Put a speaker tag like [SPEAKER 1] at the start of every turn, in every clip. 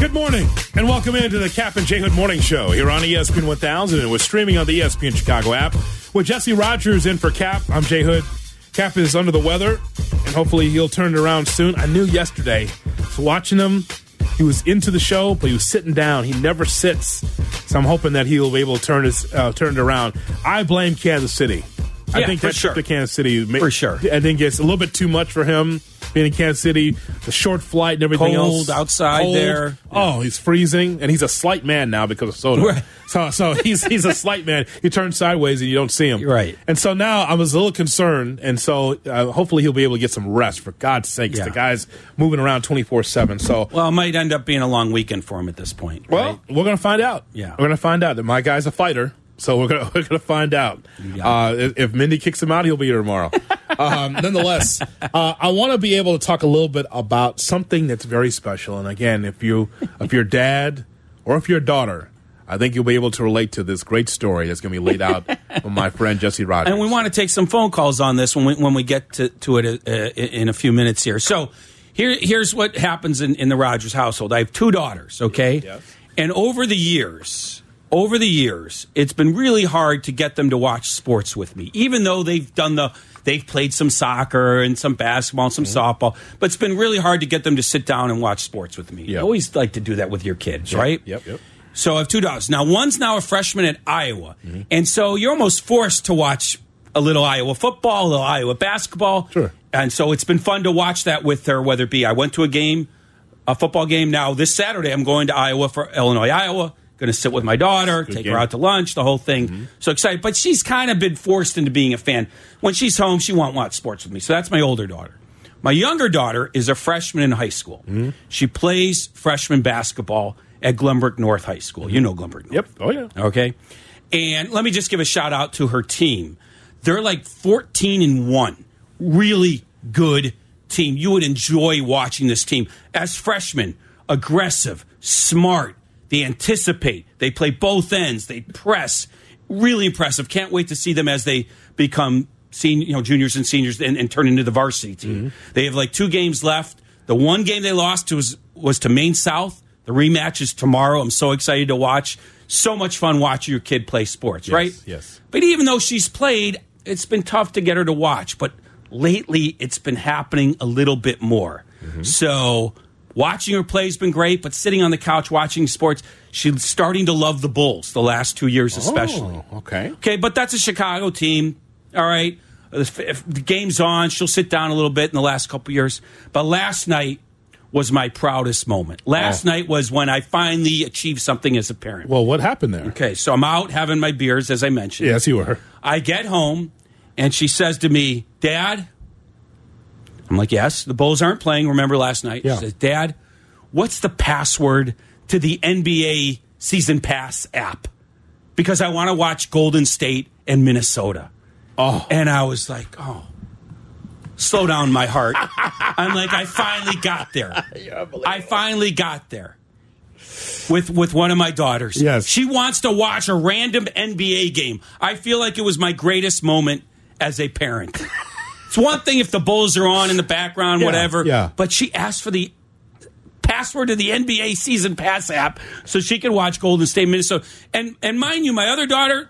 [SPEAKER 1] Good morning, and welcome into the Cap and J Hood Morning Show here on E ESPN 1000, and we're streaming on the E ESPN Chicago app. With Jesse Rogers in for Cap, I'm Jay Hood. Cap is under the weather, and hopefully he'll turn it around soon. I knew yesterday, so watching him, he was into the show, but he was sitting down. He never sits, so I'm hoping that he'll be able to turn his uh, turn it around. I blame Kansas City. I
[SPEAKER 2] Yeah,
[SPEAKER 1] think
[SPEAKER 2] for
[SPEAKER 1] that
[SPEAKER 2] sure.
[SPEAKER 1] trip to Kansas City ma-
[SPEAKER 2] For sure.
[SPEAKER 1] I think it's a little bit too much for him being in Kansas City, the short flight and everything
[SPEAKER 2] Cold
[SPEAKER 1] else
[SPEAKER 2] outside there.
[SPEAKER 1] Oh, he's freezing, and he's a slight man now because of soda.
[SPEAKER 2] Right.
[SPEAKER 1] So, so he's he's a slight man. You turn sideways and you don't see him.
[SPEAKER 2] Right.
[SPEAKER 1] And so now I was a little concerned, and so uh, hopefully he'll be able to get some rest. For God's sakes,
[SPEAKER 2] Yeah.
[SPEAKER 1] the guy's moving around twenty four seven. So.
[SPEAKER 2] Well, it might end up being a long weekend for him at this point.
[SPEAKER 1] Well,
[SPEAKER 2] right?
[SPEAKER 1] we're gonna find out.
[SPEAKER 2] Yeah.
[SPEAKER 1] we're gonna find out that my guy's a fighter. So we're gonna we're gonna find out.
[SPEAKER 2] got
[SPEAKER 1] Uh, if, if Mindy kicks him out, he'll be here tomorrow. um, nonetheless, uh, I want to be able to talk a little bit about something that's very special. And again, if you if your dad or if your daughter, I think you'll be able to relate to this great story that's gonna be laid out by my friend Jesse Rogers.
[SPEAKER 2] and we want to take some phone calls on this when we, when we get to, to it uh, in a few minutes here. So here here's what happens in, in the Rogers household. I have two daughters, okay,
[SPEAKER 1] Yes.
[SPEAKER 2] and over the years, over the years, it's been really hard to get them to watch sports with me, even though they've done the they've played some soccer and some basketball and some
[SPEAKER 1] Mm-hmm.
[SPEAKER 2] softball, but it's been really hard to get them to sit down and watch sports with me.
[SPEAKER 1] Yeah.
[SPEAKER 2] You always like to do that with your kids, right?
[SPEAKER 1] Yep. Yep. Mm-hmm.
[SPEAKER 2] So I have two daughters. Now one's now a freshman at Iowa, and so you're almost forced to watch a little Iowa football, a little Iowa basketball.
[SPEAKER 1] Sure.
[SPEAKER 2] And so it's been fun to watch that with her. Whether it be I went to a game, a football game. Now this Saturday I'm going to Iowa for Illinois Iowa. Going to sit with my daughter, take
[SPEAKER 1] game. Mm-hmm.
[SPEAKER 2] her out to lunch, the whole thing. So excited, but she's kind of been forced into being a fan. When she's home, she won't watch sports with me. So that's my older daughter. My younger daughter is a freshman in high school.
[SPEAKER 1] Mm-hmm.
[SPEAKER 2] She plays freshman basketball at Glenbrook North High School. You know Glenbrook North.
[SPEAKER 1] Yep. Oh yeah.
[SPEAKER 2] Okay. And let me just give a shout out to her team. They're like 14 and 1. Really good team. You would enjoy watching this team. As freshmen, aggressive, smart, they anticipate, they play both ends, they press. Really impressive. Can't wait to see them as they become senior, you know, juniors and seniors and, and turn into the varsity team. They have like two games left. The one game they lost to was, was to Maine South. The rematch is tomorrow. I'm so excited to watch. So much fun watching your kid play sports, right?
[SPEAKER 1] yes.
[SPEAKER 2] But even though she's played, it's been tough to get her to watch. But lately, it's been happening a little bit more. So watching her play has been great, but sitting on the couch watching sports, she's starting to love the Bulls the last two years, especially.
[SPEAKER 1] Oh, okay.
[SPEAKER 2] Okay, but that's a Chicago team. All right. If, if the game's on, she'll sit down a little bit in the last couple years. But last night was my proudest moment. Last
[SPEAKER 1] Oh.
[SPEAKER 2] night was when I finally achieved something as a parent.
[SPEAKER 1] Well, what happened there?
[SPEAKER 2] okay, so I'm out having my beers, as I mentioned.
[SPEAKER 1] Yes, you were.
[SPEAKER 2] I get home and she says to me, Dad, I'm like, Yes, the Bulls aren't playing. Remember last night?
[SPEAKER 1] Yeah.
[SPEAKER 2] She says, Dad, what's the password to the NBA season pass app? Because I want to watch Golden State and Minnesota.
[SPEAKER 1] Oh.
[SPEAKER 2] And I was like, Oh, slow down my heart. I'm like, I finally got there. I finally got there. With, with one of my daughters.
[SPEAKER 1] Yes.
[SPEAKER 2] She wants to watch a random NBA game. I feel like it was my greatest moment as a parent. it's one thing if the Bulls are on in the background, whatever.
[SPEAKER 1] yeah.
[SPEAKER 2] But she asked for the password to the NBA season pass app so she could watch Golden State Minnesota. And and mind you, my other daughter,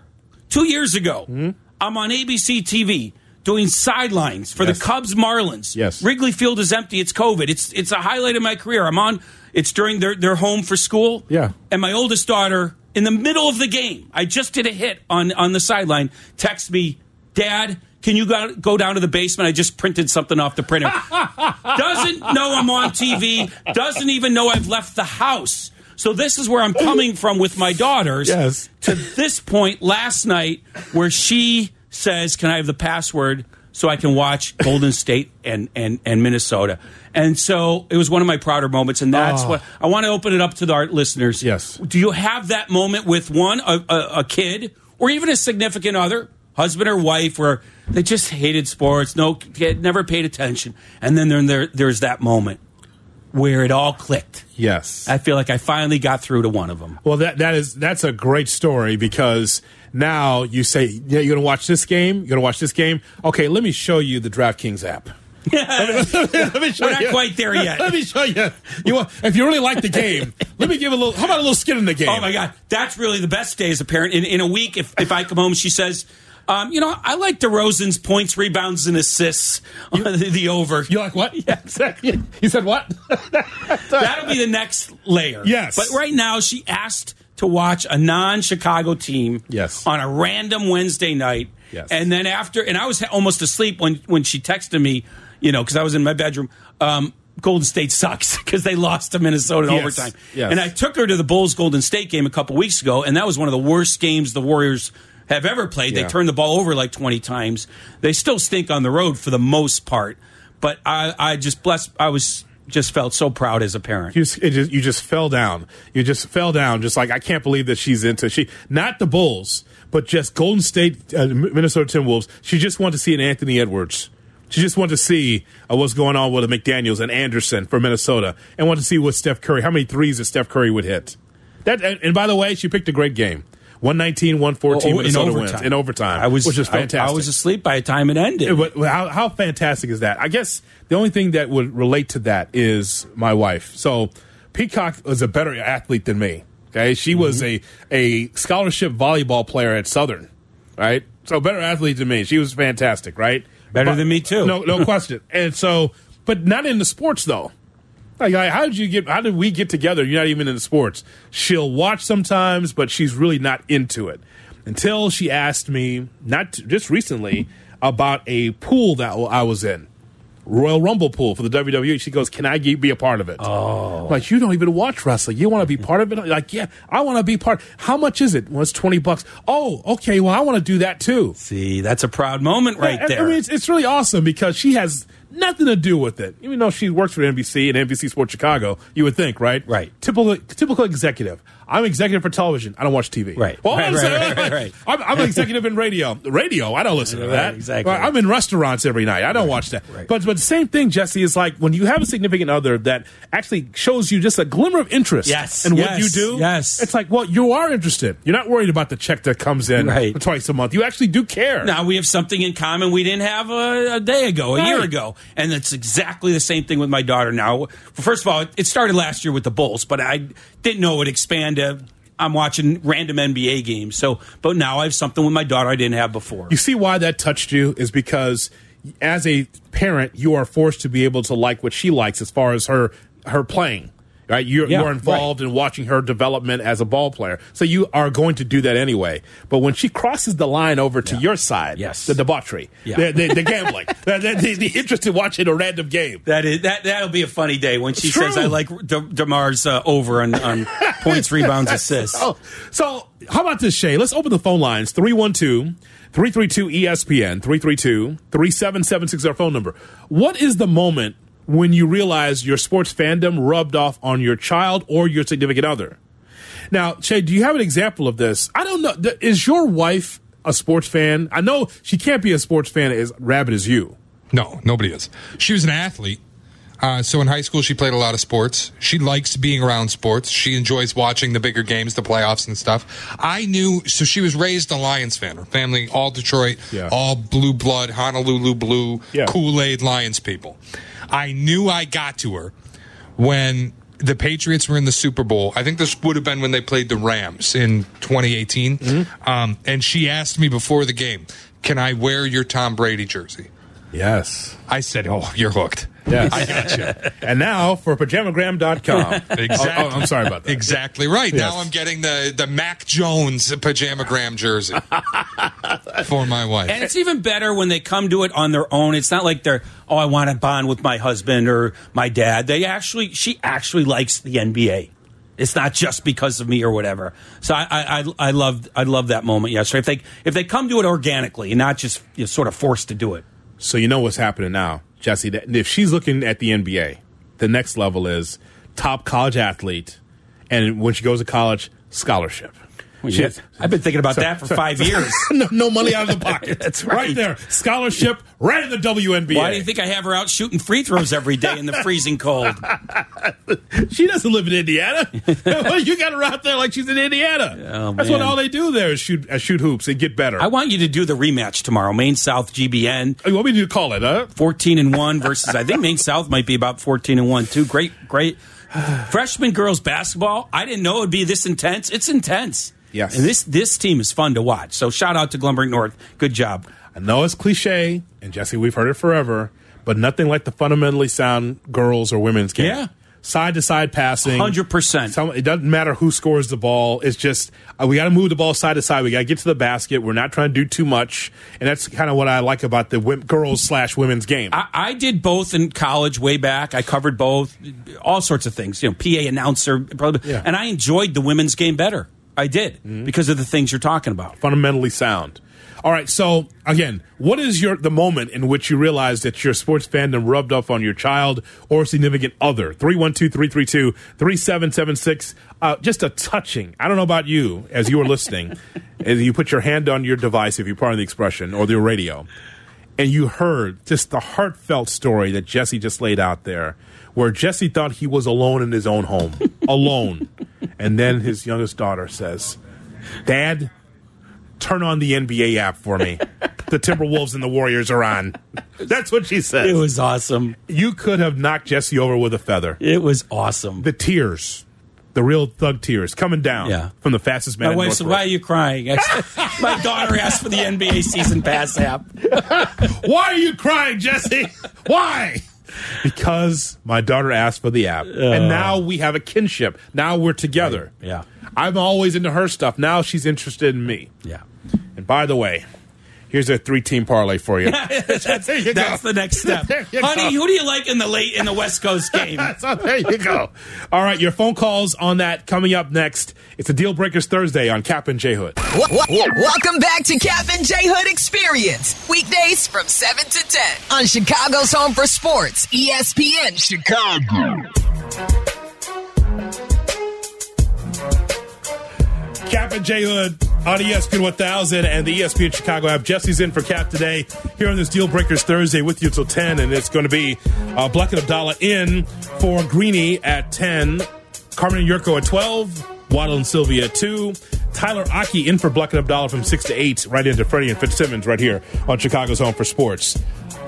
[SPEAKER 2] two years ago,
[SPEAKER 1] Hmm?
[SPEAKER 2] I'm on ABC TV doing sidelines for
[SPEAKER 1] Yes.
[SPEAKER 2] the Cubs Marlins.
[SPEAKER 1] Yes.
[SPEAKER 2] Wrigley Field is empty. It's COVID. It's it's a highlight of my career. I'm on it's during their, their home for school.
[SPEAKER 1] Yeah.
[SPEAKER 2] And my oldest daughter, in the middle of the game, I just did a hit on, on the sideline, text me, Dad, can you go, go down to the basement? I just printed something off the printer. doesn't know I'm on TV, doesn't even know I've left the house. So this is where I'm coming from with my daughters
[SPEAKER 1] Yes.
[SPEAKER 2] to this point last night where she says, Can I have the password so I can watch Golden State and, and, and Minnesota? And so it was one of my prouder moments. And that's
[SPEAKER 1] Oh.
[SPEAKER 2] what I want to open it up to the, our listeners.
[SPEAKER 1] Yes.
[SPEAKER 2] Do you have that moment with one, a, a, a kid, or even a significant other, husband or wife, where they just hated sports, no, kid, never paid attention? And then there, there, there's that moment where it all clicked.
[SPEAKER 1] Yes.
[SPEAKER 2] I feel like I finally got through to one of them.
[SPEAKER 1] Well, that that is that's a great story because now you say, yeah, you're gonna watch this game. You're gonna watch this game. Okay, let me show you the DraftKings app. let me show
[SPEAKER 2] We're not quite there yet.
[SPEAKER 1] Let me show you. You want, if you really like the game, let me give a little. How about a little skin in the game?
[SPEAKER 2] Oh my God, that's really the best day as a parent. In, in a week, if, if I come home, she says, um, "You know, I like DeRozan's points, rebounds, and assists on the, the over."
[SPEAKER 1] You like what? Yeah, exactly. You said what?
[SPEAKER 2] That'll be the next layer.
[SPEAKER 1] Yes.
[SPEAKER 2] but right now she asked to watch a non-Chicago team.
[SPEAKER 1] Yes.
[SPEAKER 2] on a random Wednesday night.
[SPEAKER 1] Yes.
[SPEAKER 2] and then after, and I was ha- almost asleep when when she texted me. You know, because I was in my bedroom. Um, Golden State sucks because they lost to Minnesota in
[SPEAKER 1] Yes.
[SPEAKER 2] overtime.
[SPEAKER 1] Yes.
[SPEAKER 2] And I took her to the Bulls Golden State game a couple weeks ago, and that was one of the worst games the Warriors have ever played.
[SPEAKER 1] Yeah.
[SPEAKER 2] They turned the ball over like 20 times. They still stink on the road for the most part, but I, I just blessed, I was just felt so proud as a parent.
[SPEAKER 1] you just, it just you just fell down. You just fell down. Just like I can't believe that she's into she not the Bulls, but just Golden State, uh, M- Minnesota Timberwolves. She just wanted to see an Anthony Edwards. She just wanted to see uh, what's going on with a McDaniel's and Anderson for Minnesota, and wanted to see what Steph Curry, how many threes that Steph Curry would hit. That and, and by the way, she picked a great game. 119, 114
[SPEAKER 2] Oh,
[SPEAKER 1] Minnesota wins in overtime.
[SPEAKER 2] I was
[SPEAKER 1] which is fantastic.
[SPEAKER 2] I, was asleep by the time it ended.
[SPEAKER 1] Yeah, but how, how fantastic is that? I guess the only thing that would relate to that is my wife. So Peacock was a better athlete than me. Okay, she was
[SPEAKER 2] Mm-hmm.
[SPEAKER 1] a a scholarship volleyball player at Southern, right? So better athlete than me. She was fantastic, right?
[SPEAKER 2] Better than me, too.
[SPEAKER 1] No, no question. And so, but not in the sports though. Like, I- how did you get? How did we get together? You're not even into sports. She'll watch sometimes, but she's really not into it. Until she asked me, not t- just recently, about a pool that I was in, Royal Rumble pool for the WWE. She goes, "Can I ge- be a part of it?" Oh, like you don't even watch wrestling. You want to be part of it? Like, yeah, I want to be part. How much is it? Well, it's twenty bucks. Oh, okay. Well, I want to do that too.
[SPEAKER 2] See, that's a proud moment right
[SPEAKER 1] I-
[SPEAKER 2] there.
[SPEAKER 1] I mean, it's, it's really awesome because she has nothing to do with it. Even though she works for NBC and NBC Sports Chicago, you would think, right?
[SPEAKER 2] Right.
[SPEAKER 1] Typical, typical executive. I'm executive for television. I don't watch TV.
[SPEAKER 2] Right.
[SPEAKER 1] Well,
[SPEAKER 2] Right,
[SPEAKER 1] I'm,
[SPEAKER 2] right,
[SPEAKER 1] saying-
[SPEAKER 2] right, right,
[SPEAKER 1] I'm, I'm an executive in radio. Radio, I don't listen to that.
[SPEAKER 2] exactly.
[SPEAKER 1] Well, I'm in restaurants every night. I don't watch that.
[SPEAKER 2] right.
[SPEAKER 1] But but the same thing, Jesse, is like when you have a significant other that actually shows you just a glimmer of interest
[SPEAKER 2] Yes,
[SPEAKER 1] in what
[SPEAKER 2] yes,
[SPEAKER 1] you do.
[SPEAKER 2] yes.
[SPEAKER 1] It's like, well, you are interested. You're not worried about the check that comes in
[SPEAKER 2] Right.
[SPEAKER 1] twice a month. You actually do care.
[SPEAKER 2] now we have something in common we didn't have a, a day ago, a year
[SPEAKER 1] Right.
[SPEAKER 2] ago. And it's exactly the same thing with my daughter now. First of all, it- it started last year with the Bulls, but I didn't know it would expand to I'm watching random NBA games. So, but now I have something with my daughter I didn't have before.
[SPEAKER 1] You see why that touched you is because as a parent, you are forced to be able to like what she likes as far as her her playing. Right, you're,
[SPEAKER 2] Yeah,
[SPEAKER 1] you're involved in watching her development as a ball player, so you are going to do that anyway. But when she crosses the line over to your side,
[SPEAKER 2] Yes.
[SPEAKER 1] the debauchery,
[SPEAKER 2] Yeah.
[SPEAKER 1] the, the, the gambling, the, the, the interest in watching a random game.
[SPEAKER 2] That is that. That'll be a funny day when she
[SPEAKER 1] It's true.
[SPEAKER 2] says, "I like De- Demar's uh, over on, on points, rebounds, assists."
[SPEAKER 1] Oh, so how about this, Shay? Let's open the phone lines 312 332 ESPN 332 3776 is our phone number. What is the moment when you realize your sports fandom rubbed off on your child or your significant other? Now, Shay, do you have an example of this? I don't know. Th- Is your wife a sports fan? I know she can't be a sports fan as rabid as you.
[SPEAKER 3] No, nobody is. She was an athlete. Uh, so in high school, she played a lot of sports. She likes being around sports. She enjoys watching the bigger games, the playoffs and stuff. I knew, so she was raised a Lions fan. Her family, all Detroit,
[SPEAKER 1] Yeah.
[SPEAKER 3] all blue blood, Honolulu blue,
[SPEAKER 1] Yeah.
[SPEAKER 3] Kool Aid Lions people. I knew I got to her when the Patriots were in the Super Bowl. I think this would have been when they played the Rams in 2018.
[SPEAKER 1] Mm-hmm.
[SPEAKER 3] Um, and she asked me before the game, Can I wear your Tom Brady jersey?
[SPEAKER 1] Yes.
[SPEAKER 3] I said, "Oh, you're hooked."
[SPEAKER 1] Yes. I gotcha. and now for pajamagram.com.
[SPEAKER 3] Exactly.
[SPEAKER 1] Oh, oh, I'm sorry about that.
[SPEAKER 3] Exactly right. Now
[SPEAKER 1] Yes.
[SPEAKER 3] I'm getting the the Mac Jones pajamagram jersey for my wife.
[SPEAKER 2] And it's even better when they come to it on their own. It's not like they're, "Oh, I want to bond with my husband or my dad." They actually, she actually likes the NBA. It's not just because of me or whatever. So I, I, I, I loved, I love that moment yesterday. If they, if they come to it organically and not just you know, sort of forced to do it.
[SPEAKER 1] So you know what's happening now, Jesse. that- If she's looking at the NBA, the next level is top college athlete, and when she goes to college, scholarship. Shit.
[SPEAKER 2] I've been thinking about that for five years.
[SPEAKER 1] no, no money out of the pocket.
[SPEAKER 2] That's
[SPEAKER 1] right.
[SPEAKER 2] right.
[SPEAKER 1] there. Scholarship right in the WNBA.
[SPEAKER 2] Why do you think I have her out shooting free throws every day in the freezing cold?
[SPEAKER 1] She doesn't live in Indiana. Well, you got her out there like she's in Indiana.
[SPEAKER 2] Oh,
[SPEAKER 1] That's what
[SPEAKER 2] man.
[SPEAKER 1] all they do there is shoot, uh, shoot hoops and get better. Oh,
[SPEAKER 2] I want you to do the rematch tomorrow, Maine South GBN.
[SPEAKER 1] you want me to call it, huh?
[SPEAKER 2] 14 and 1 versus I think Maine South might be about 14 and 1 too. Great great freshman girls basketball. I didn't know it would be this intense. It's intense.
[SPEAKER 1] Yes.
[SPEAKER 2] And this this team is fun to watch. So shout out to Glenburg North. Good job.
[SPEAKER 1] I know it's cliche, and Jesse, we've heard it forever, but nothing like the fundamentally sound girls or women's game.
[SPEAKER 2] Yeah.
[SPEAKER 1] Side to side passing.
[SPEAKER 2] 100%.
[SPEAKER 1] Some- It doesn't matter who scores the ball. It's just, uh, we got to move the ball side to side. We got to get to the basket. We're not trying to do too much. And that's kind of what I like about the wim- girls slash women's game.
[SPEAKER 2] I, I did both in college way back. I covered both, all sorts of things. You know, PA announcer, probably,
[SPEAKER 1] Yeah.
[SPEAKER 2] and I enjoyed the women's game better. I did because of the things you're talking about.
[SPEAKER 1] Mm-hmm. fundamentally sound. All right, so again, what is your the moment in which you realize that your sports fandom rubbed off on your child or significant other? 312-332-3776. Uh, just a touching. I don't know about you as you were listening, as you put your hand on your device if you pardon the expression or the radio and you heard just the heartfelt story that Jesse just laid out there, where Jesse thought he was alone in his own home, alone. And then his youngest daughter says, Dad, turn on the NBA app for me. The Timberwolves and the Warriors are on. That's what she
[SPEAKER 2] It
[SPEAKER 1] says.
[SPEAKER 2] was awesome.
[SPEAKER 1] You could have knocked Jesse over with a feather.
[SPEAKER 2] It was awesome.
[SPEAKER 1] The tears, the real thug tears coming down
[SPEAKER 2] Yeah.
[SPEAKER 1] from the fastest man
[SPEAKER 2] My
[SPEAKER 1] in
[SPEAKER 2] wife said,
[SPEAKER 1] Northrop.
[SPEAKER 2] "Why are you crying?" I said, My daughter asked for the NBA season pass app.
[SPEAKER 1] Why are you crying, Jesse? Why? Because my daughter asked for the app. and now we have a kinship. Now we're together.
[SPEAKER 2] Right. Yeah.
[SPEAKER 1] I'm always into her stuff. Now she's interested in me.
[SPEAKER 2] Yeah,
[SPEAKER 1] And by the way, here's a three team parlay for you. there you
[SPEAKER 2] that's the next step,
[SPEAKER 1] There you
[SPEAKER 2] honey.
[SPEAKER 1] go.
[SPEAKER 2] Who do you like in the late in the West Coast game?
[SPEAKER 1] So there you go. All right, your phone calls on that coming up next. It's a Deal Breakers Thursday on Cap and J Hood.
[SPEAKER 4] Wa- wa- wa- Welcome back to Cap and J Hood Experience. Weekdays from 7 to 10 on Chicago's Home for Sports, E ESPN Chicago.
[SPEAKER 1] Cap and J Hood on E ESPN 1000 and the E ESPN Chicago app. Jesse's in for Cap today here on this Deal Breakers Thursday with you till 10. And it's going to be uh, Black and Abdallah in for Greeny at 10, Carmen and Yurko at 12, Waddle and Sylvia at 2, Tyler Aki in for Black and Abdallah from 6 to 8, right into Freddie and Fitzsimmons right here on Chicago's Home for Sports.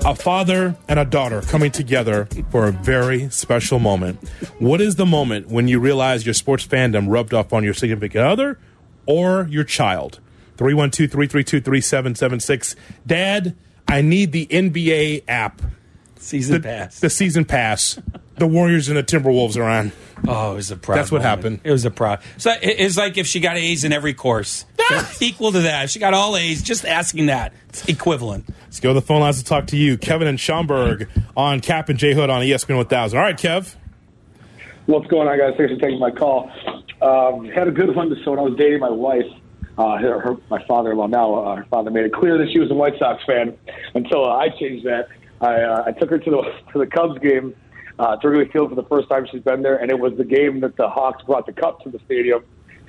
[SPEAKER 1] A father and a daughter coming together for a very special moment. What is the moment when you realize your sports fandom rubbed off on your significant other or your child? 312 332 3776. Dad, I need the NBA app,
[SPEAKER 2] Season pass.
[SPEAKER 1] the season pass. The Warriors and the Timberwolves are on.
[SPEAKER 2] Oh, it was a proud.
[SPEAKER 1] That's what
[SPEAKER 2] moment.
[SPEAKER 1] happened.
[SPEAKER 2] It was a proud. So it- it's like if she got A's in every course,
[SPEAKER 1] Ah!
[SPEAKER 2] equal to that. If she got all A's. Just asking that, it's equivalent.
[SPEAKER 1] Let's go to the phone lines to talk to you. Kevin and Schomburg on Cap and J Hood on E ESPN 1000. All right, Kev.
[SPEAKER 5] What's going on, guys? Thanks for taking my call. Um, had a good one. So when I was dating my wife, uh, her, her, my father-in-law now, uh, her father made it clear that she was a White Sox fan until uh, I changed that. I, uh, I took her to the to the Cubs game, uh, to Wrigley Field for the first time she's been there, and it was the game that the Hawks brought the cup to the stadium.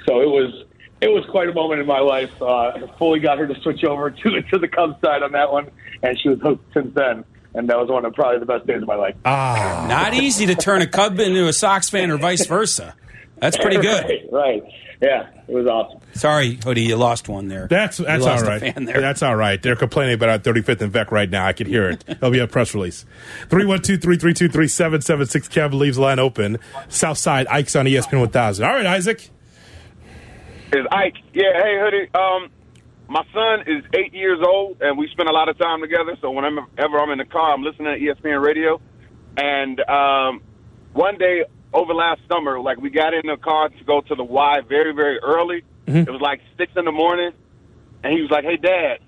[SPEAKER 5] So it was it was quite a moment in my life. Uh, fully got her to switch over to to the Cubs side on that one, and she was hooked since then. And that was one of probably the best days of my life.
[SPEAKER 1] Ah.
[SPEAKER 2] Not easy to turn a Cub into a Sox fan or vice versa. That's pretty good.
[SPEAKER 5] right, right. Yeah, it was awesome.
[SPEAKER 2] Sorry, Hoodie, you lost one there.
[SPEAKER 1] That's that's
[SPEAKER 2] you lost
[SPEAKER 1] all
[SPEAKER 2] a
[SPEAKER 1] right.
[SPEAKER 2] fan there.
[SPEAKER 1] That's all right. They're complaining about our 35th and Vec right now. I can hear it. There'll be a press release. 312-332-3776. Kevin leaves the line open. Southside Ike's on E ESPN 1000. All right, Isaac.
[SPEAKER 6] is Ike. Yeah, hey hoodie. Um, my son is eight years old, and we spend a lot of time together. So whenever ever I'm in the car, I'm listening to E ESPN radio. And um, one day over last summer, like we got in the car to go to the Y very very early.
[SPEAKER 7] Mm-hmm.
[SPEAKER 6] It was like six in the morning, and he was like, "Hey, Dad,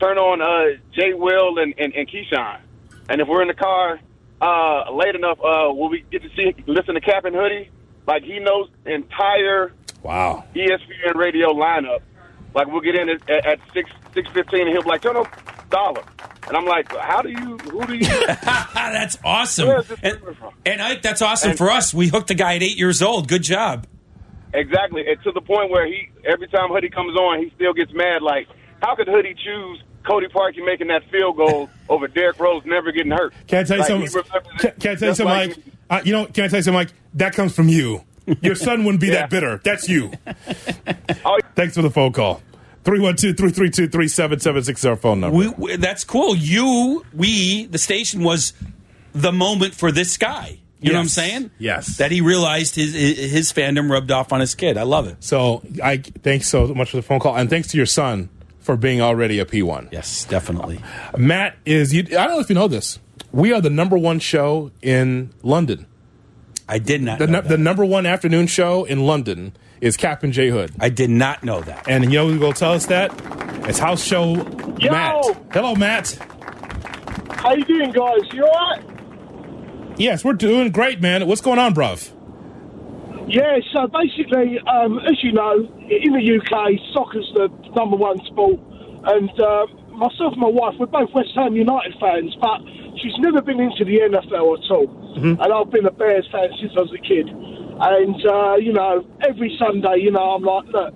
[SPEAKER 6] turn on uh, Jay Will and, and, and Keyshawn. And if we're in the car uh, late enough, uh, will we get to see listen to Captain Hoodie? Like he knows the entire E
[SPEAKER 1] Wow.
[SPEAKER 6] ESPN radio lineup. Like we'll get in at, at six six fifteen, and he'll be like, "No, no, dollar." And I'm like, "How do you? Who do you?"
[SPEAKER 2] Ah, that's awesome.
[SPEAKER 6] Where is this
[SPEAKER 2] And,
[SPEAKER 6] coming from?
[SPEAKER 2] and Ike, that's awesome for us. We hooked a guy at eight years old. Good job.
[SPEAKER 6] Exactly. And to the point where he every time Hoodie comes on, he still gets mad. Like, how could Hoodie choose Cody Parkey making that field goal over Derrick Rose never getting hurt?
[SPEAKER 1] Can I tell you
[SPEAKER 6] Like, he
[SPEAKER 1] something?
[SPEAKER 6] remembers
[SPEAKER 1] Can,
[SPEAKER 6] it
[SPEAKER 1] can I tell you
[SPEAKER 6] just
[SPEAKER 1] something,
[SPEAKER 6] like-
[SPEAKER 1] Mike? Uh, you know, can I tell you something, Mike? That comes from you. Your son wouldn't be
[SPEAKER 6] Yeah.
[SPEAKER 1] that bitter. That's you.
[SPEAKER 6] Oh,
[SPEAKER 1] Thanks for the phone call. 312-332-3776 is our phone number.
[SPEAKER 2] We, we, that's cool. You, we, the station was the moment for this guy. You know what I'm
[SPEAKER 1] Yes.
[SPEAKER 2] saying?
[SPEAKER 1] Yes.
[SPEAKER 2] That he realized his his fandom rubbed off on his kid. I love it.
[SPEAKER 1] so I thanks so much for the phone call, and thanks to your son for being already a P1.
[SPEAKER 2] Yes, definitely.
[SPEAKER 1] Matt is. You, I don't know if you know this. We are the number one show in London.
[SPEAKER 2] I did not.
[SPEAKER 1] The,
[SPEAKER 2] know
[SPEAKER 1] nu-
[SPEAKER 2] that.
[SPEAKER 1] the number one afternoon show in London is Cap and J Hood.
[SPEAKER 2] I did not know that.
[SPEAKER 1] And you know who's going to tell us that? It's house show Matt. Hello, Matt.
[SPEAKER 8] How you doing, guys? You alright?
[SPEAKER 1] Yes, we're doing great, man. What's going on, bruv?
[SPEAKER 8] Yeah, so basically, um, as you know, in the UK, soccer's the number one sport. And uh, myself and my wife, we're both West Ham United fans, but she's never been into the NFL at all. And I've been a Bears fan since I was a kid. And, uh, you know, every Sunday, you know, I'm like, look,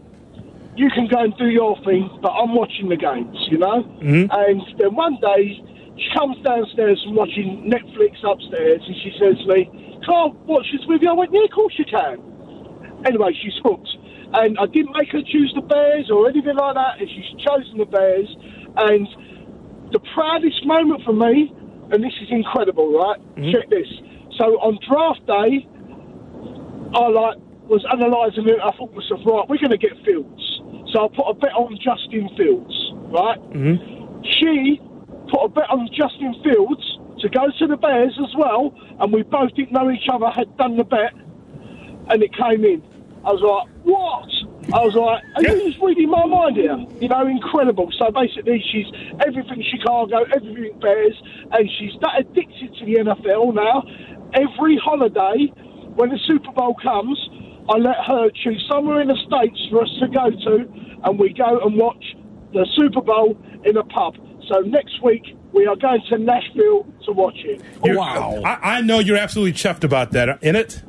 [SPEAKER 8] you can go and do your thing, but I'm watching the games, you know? And then one day, she comes downstairs from watching Netflix upstairs, and she says to me, Can I watch this with you? I went, Yeah, of course you can. Anyway, she's hooked. And I didn't make her choose the Bears or anything like that, and she's chosen the Bears. And the proudest moment for me, and this is incredible, right? Check this. So on draft day, I like was analysing it. I thought to myself, right, we're going to get Fields. So I put a bet on Justin Fields, right?
[SPEAKER 9] Mm-hmm.
[SPEAKER 8] She put a bet on Justin Fields to go to the Bears as well, and we both didn't know each other had done the bet, and it came in. I was like, what? I was like, are you just reading my mind here? You know, incredible. So basically, she's everything Chicago, everything Bears, and she's that addicted to the NFL now. Every holiday, when the Super Bowl comes, I let her choose somewhere in the States for us to go to, and we go and watch the Super Bowl in a pub. So next week, we are going to Nashville to watch it.
[SPEAKER 1] You're-
[SPEAKER 2] wow.
[SPEAKER 1] I, I know you're absolutely chuffed about that. In it?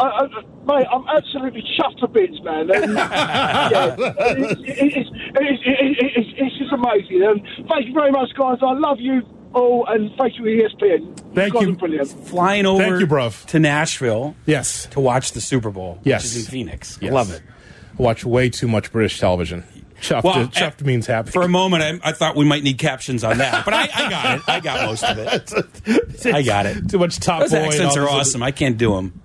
[SPEAKER 8] I, I, mate, I'm absolutely chuffed to bits, man. And, yeah, it's, it's, it's, it's, it's just amazing. And thank you very much, guys. I love you all, and thank you, E ESPN.
[SPEAKER 1] Thank
[SPEAKER 8] guys
[SPEAKER 1] you.
[SPEAKER 8] are brilliant.
[SPEAKER 2] Flying over
[SPEAKER 1] Thank you, bruv.
[SPEAKER 2] to Nashville
[SPEAKER 1] Yes.
[SPEAKER 2] to watch the Super Bowl,
[SPEAKER 1] Yes.
[SPEAKER 2] which is in Phoenix.
[SPEAKER 1] Yes.
[SPEAKER 2] Love it.
[SPEAKER 1] Watch way too much British television. Chuffed,
[SPEAKER 2] Well,
[SPEAKER 1] chuffed
[SPEAKER 2] eh,
[SPEAKER 1] means happy.
[SPEAKER 2] For a moment, I, I thought we might need captions on that, but I, I got it. I got most of it. I got it.
[SPEAKER 1] Too much top
[SPEAKER 2] Those
[SPEAKER 1] boy. and
[SPEAKER 2] accents
[SPEAKER 1] all
[SPEAKER 2] are
[SPEAKER 1] this-
[SPEAKER 2] awesome. I can't do them.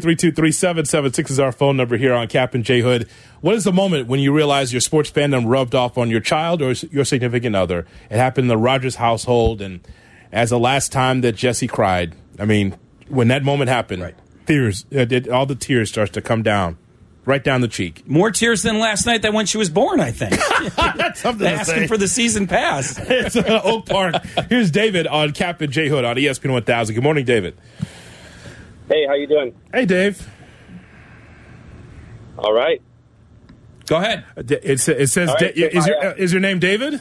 [SPEAKER 1] 312-332-3776 is our phone number here on Captain J Hood. What is the moment when you realize your sports fandom rubbed off on your child or your significant other? It happened in the Rogers household, and as the last time that Jesse cried, I mean, when that moment happened,
[SPEAKER 2] Right.
[SPEAKER 1] tears, uh, did- all the tears starts to come down, right down the cheek.
[SPEAKER 2] More tears than last night than when she was born, I think.
[SPEAKER 1] Something to
[SPEAKER 2] Asking
[SPEAKER 1] say.
[SPEAKER 2] for the season pass.
[SPEAKER 1] it's uh, Oak Park. Here's David on Captain J Hood on E ESPN 1000. Good morning, David.
[SPEAKER 10] Hey, how you doing?
[SPEAKER 1] Hey, Dave.
[SPEAKER 10] All right.
[SPEAKER 2] Go ahead.
[SPEAKER 1] Uh, da- It, sa- it says,
[SPEAKER 10] All right,
[SPEAKER 1] da-
[SPEAKER 10] so
[SPEAKER 1] is,
[SPEAKER 10] my,
[SPEAKER 1] your,
[SPEAKER 10] uh,
[SPEAKER 1] uh, is your name David?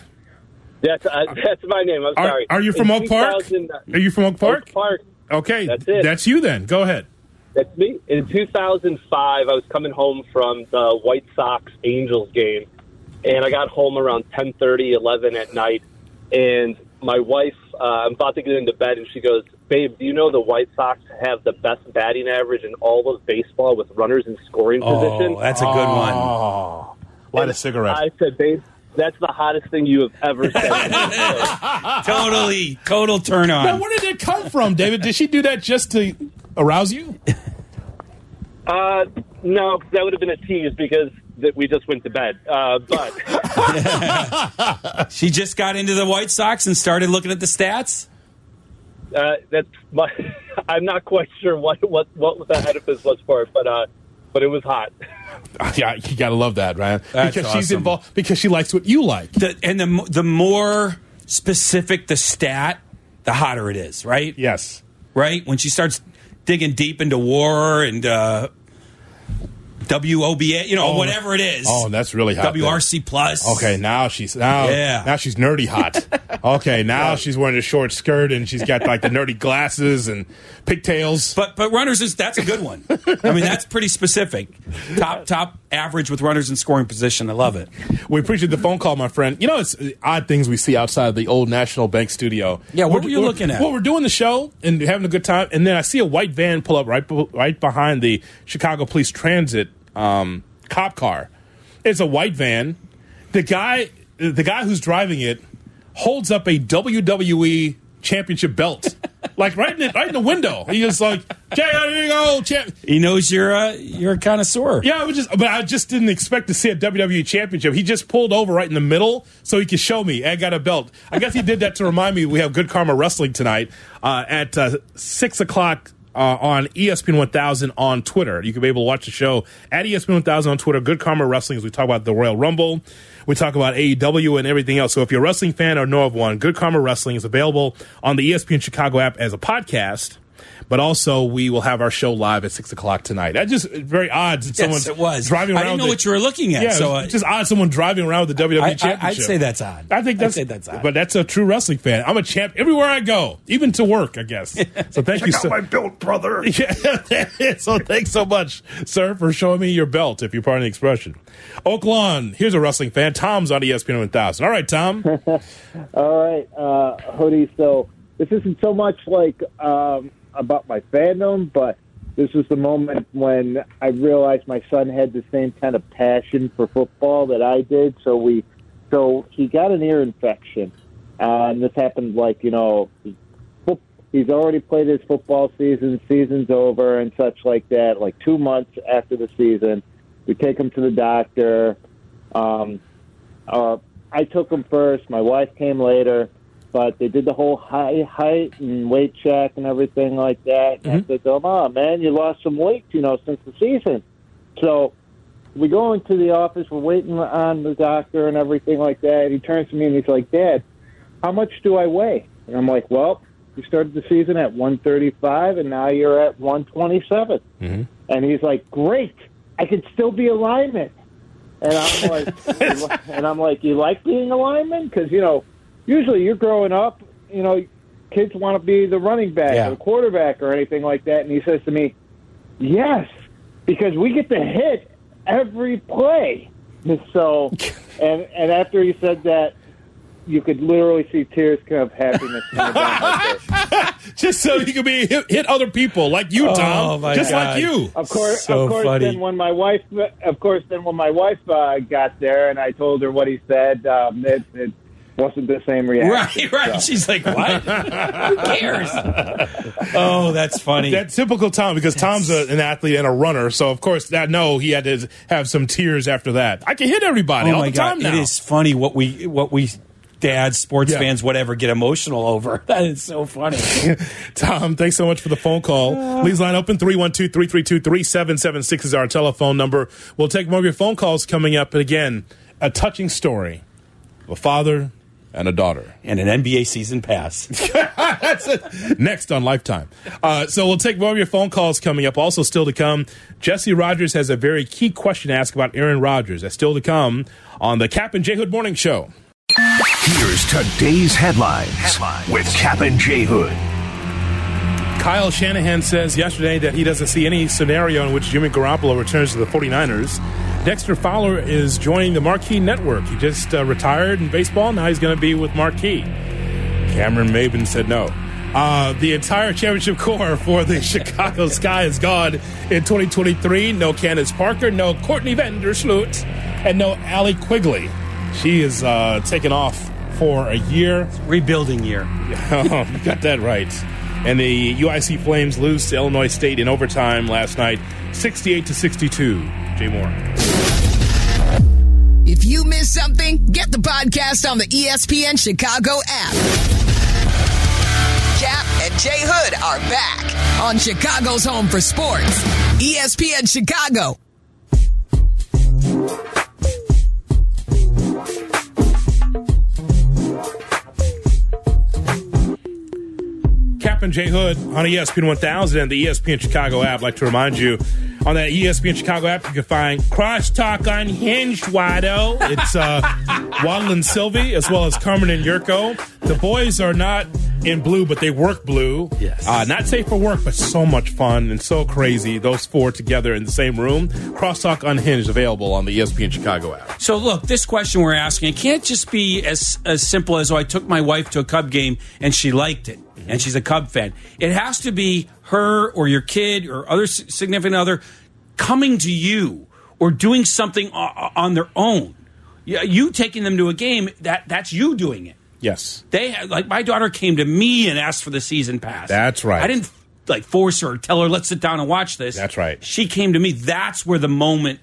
[SPEAKER 10] That's uh, that's my name. I'm
[SPEAKER 1] Are,
[SPEAKER 10] sorry.
[SPEAKER 1] are you
[SPEAKER 10] In
[SPEAKER 1] from Oak Park?
[SPEAKER 10] 2000
[SPEAKER 1] Are you from Oak Park?
[SPEAKER 10] Oak Park.
[SPEAKER 1] Okay,
[SPEAKER 10] That's it.
[SPEAKER 1] That's you then. Go ahead.
[SPEAKER 10] That's me. In 2005, I was coming home from the White Sox Angels game, and I got home around 10:30, 11 at night, and my wife, uh, I'm about to get into bed, and she goes, "Babe, do you know the White Sox have the best batting average in all of baseball with runners in scoring position?"
[SPEAKER 2] Oh, that's a good one.
[SPEAKER 1] Oh, light a cigarette.
[SPEAKER 10] I said, "Babe, that's the hottest thing you have ever said."
[SPEAKER 2] Totally, total turn
[SPEAKER 1] now,
[SPEAKER 2] on.
[SPEAKER 1] where did it come from, David? Did she do that just to arouse you?
[SPEAKER 10] Uh, no, 'cause that would have been a tease because that we just went to bed. Uh, but
[SPEAKER 2] She just got into the White Sox and started looking at the stats.
[SPEAKER 10] uh, that's my. I'm not quite sure what what what the edifice was for, but uh, but it was hot.
[SPEAKER 1] yeah, you gotta love that, man.
[SPEAKER 2] That's
[SPEAKER 1] because she's
[SPEAKER 2] awesome.
[SPEAKER 1] involved. Because she likes what you like.
[SPEAKER 2] The, and the mo- the more specific the stat, the hotter it is, right?
[SPEAKER 1] Yes.
[SPEAKER 2] Right? When she starts digging deep into war and uh, WOBA, you know, whatever it is.
[SPEAKER 1] Oh, that's really hot. then.
[SPEAKER 2] WRC plus.
[SPEAKER 1] Okay, now she's now
[SPEAKER 2] Yeah.
[SPEAKER 1] now she's nerdy hot. Okay, now she's wearing a short skirt and she's got like the nerdy glasses and pigtails.
[SPEAKER 2] But but runners is that's a good one. I mean that's pretty specific. Top top average with runners in scoring position. I love it.
[SPEAKER 1] We appreciate the phone call, my friend. You know, it's uh, odd things we see outside of the old National Bank studio.
[SPEAKER 2] Yeah, what were you
[SPEAKER 1] we're-
[SPEAKER 2] looking at?
[SPEAKER 1] Well, we're doing the show and having a good time, and then I see a white van pull up right be- right behind the Chicago Police Transit um, cop car. It's a white van. The guy, the guy who's driving it, holds up a WWE championship belt, like right in the, right in the window. He was like, "Okay, here you go, champ."
[SPEAKER 2] He knows you're a you're a connoisseur.
[SPEAKER 1] Yeah, I was just, but I just didn't expect to see a WWE championship. He just pulled over right in the middle so he could show me. I got a belt. I guess he did that to remind me we have Good Karma Wrestling tonight uh, at uh, six o'clock. Uh, on ESPN 1000 on Twitter. You can be able to watch the show at E ESPN 1000 on Twitter. Good Karma Wrestling as we talk about the Royal Rumble. We talk about AEW and everything else. So if you're a wrestling fan or know of one, Good Karma Wrestling is available on the E ESPN Chicago app as a podcast. But also, we will have our show live at six o'clock tonight. That just it's very odd. That someone
[SPEAKER 2] Yes, it was.
[SPEAKER 1] driving
[SPEAKER 2] I
[SPEAKER 1] around.
[SPEAKER 2] didn't know
[SPEAKER 1] the-
[SPEAKER 2] what you were looking at.
[SPEAKER 1] Yeah,
[SPEAKER 2] so
[SPEAKER 1] it was
[SPEAKER 2] uh,
[SPEAKER 1] just odd. Someone driving around with the WWE
[SPEAKER 2] I- I- I'd
[SPEAKER 1] championship.
[SPEAKER 2] say that's odd.
[SPEAKER 1] I think
[SPEAKER 2] I'd
[SPEAKER 1] that's
[SPEAKER 2] say that's odd.
[SPEAKER 1] But that's a true wrestling fan. I'm a champ everywhere I go, even to work, I guess. So thank you. so my belt, brother. Yeah. so thanks so much, sir, for showing me your belt, if you pardon the expression. Oaklawn, here's a wrestling fan. Tom's on E ESPN 1000. All right, Tom.
[SPEAKER 11] All right, uh, Hoodie. So this isn't so much like um, about my fandom, but this was the moment when I realized my son had the same kind of passion for football that I did. So we, so he got an ear infection, uh, and this happened like you know, fo- he's already played his football season, season's over, and such like that. Like two months after the season, we take him to the doctor. Um, uh, I took them first. My wife came later, but they did the whole high height and weight check and everything like that. And I said, "Oh, mom, man, you lost some weight, you know, since the season." So we go into the office. We're waiting on the doctor and everything like that. He turns to me and he's like, "Dad, how much do I weigh?" And I'm like, "Well, you started the season at 135, and now you're at 127." And he's like, "Great, I could still be a lineman." And I'm like, and I'm like, you like being a lineman? Because you know, usually you're growing up, you know, kids want to be the running back
[SPEAKER 2] Yeah.
[SPEAKER 11] or quarterback or anything like that. And he says to me, "Yes, because we get to hit every play." So, and and after he said that, you could literally see tears of happiness
[SPEAKER 1] Oh,
[SPEAKER 11] coming down my face.
[SPEAKER 1] just so you can be hit, hit other people like you,
[SPEAKER 2] Oh,
[SPEAKER 1] Tom.
[SPEAKER 2] my
[SPEAKER 1] just
[SPEAKER 2] God.
[SPEAKER 1] like you.
[SPEAKER 11] Of course,
[SPEAKER 2] So
[SPEAKER 11] of course.
[SPEAKER 2] funny.
[SPEAKER 11] Then when my wife, of course, then when my wife uh, got there and I told her what he said, um, it, it wasn't the same reaction.
[SPEAKER 2] right, right. She's like, what? Who cares? Oh, that's funny.
[SPEAKER 1] That's typical Tom because Tom's a, an athlete and a runner, so of course that no, he had to have some tears after that. I can hit everybody
[SPEAKER 2] oh
[SPEAKER 1] all
[SPEAKER 2] my
[SPEAKER 1] the time
[SPEAKER 2] god,
[SPEAKER 1] now.
[SPEAKER 2] it is funny what we what we dads, sports
[SPEAKER 1] Yeah.
[SPEAKER 2] fans, whatever, get emotional over. That is so funny.
[SPEAKER 1] Tom, thanks so much for the phone call. Please line open 312-332-3776 is our telephone number. We'll take more of your phone calls coming up. And again, a touching story. A father and a daughter.
[SPEAKER 2] and an NBA season pass.
[SPEAKER 1] That's it. Next on Lifetime. Uh, so we'll take more of your phone calls coming up. Also, still to come, Jesse Rogers has a very key question to ask about Aaron Rodgers. That's still to come on the Cap and J Hood Morning Show.
[SPEAKER 12] Here's today's headlines, with Cap and J Hood.
[SPEAKER 1] Kyle Shanahan says yesterday that he doesn't see any scenario in which Jimmy Garoppolo returns to the 49ers. Dexter Fowler is joining the Marquee Network. He just uh, retired in baseball. Now he's going to be with Marquee. Cameron Maben said no. Uh, the entire championship core for the Chicago Sky is gone in 2023. No Candace Parker, no Courtney Vandersloot, and no Allie Quigley. She is uh, taken off for a year.
[SPEAKER 2] Rebuilding year.
[SPEAKER 1] Oh, you got that right. And the UIC Flames lose to Illinois State in overtime last night, 68 to 62. Jay Moore.
[SPEAKER 4] If you miss something, get the podcast on the E ESPN Chicago app. Cap and Jay Hood are back on Chicago's Home for Sports, E ESPN Chicago.
[SPEAKER 1] E Captain Jay Hood on ESPN 1000 and the ESPN Chicago app. I'd like to remind you on that E ESPN Chicago app. You can find Crosstalk Unhinged, Wado. It's uh, Waddle and Sylvie, as well as Carmen and Yurko. The boys are not in blue, but they work blue.
[SPEAKER 2] Yes.
[SPEAKER 1] Uh, not safe for work, but so much fun and so crazy. Those four together in the same room. Crosstalk Unhinged available on the E ESPN Chicago app.
[SPEAKER 2] So, look, this question we're asking, it can't just be as, as simple as, oh, I took my wife to a Cub game and she liked it and she's a Cub fan. It has to be her or your kid or other s- significant other coming to you or doing something o- o- on their own. Yeah, You taking them to a game, that, that's you doing it.
[SPEAKER 1] Yes.
[SPEAKER 2] They like my daughter came to me and asked for the season pass.
[SPEAKER 1] That's right.
[SPEAKER 2] I didn't like force her, or tell her let's sit down and watch this.
[SPEAKER 1] That's right.
[SPEAKER 2] She came to me. That's where the moment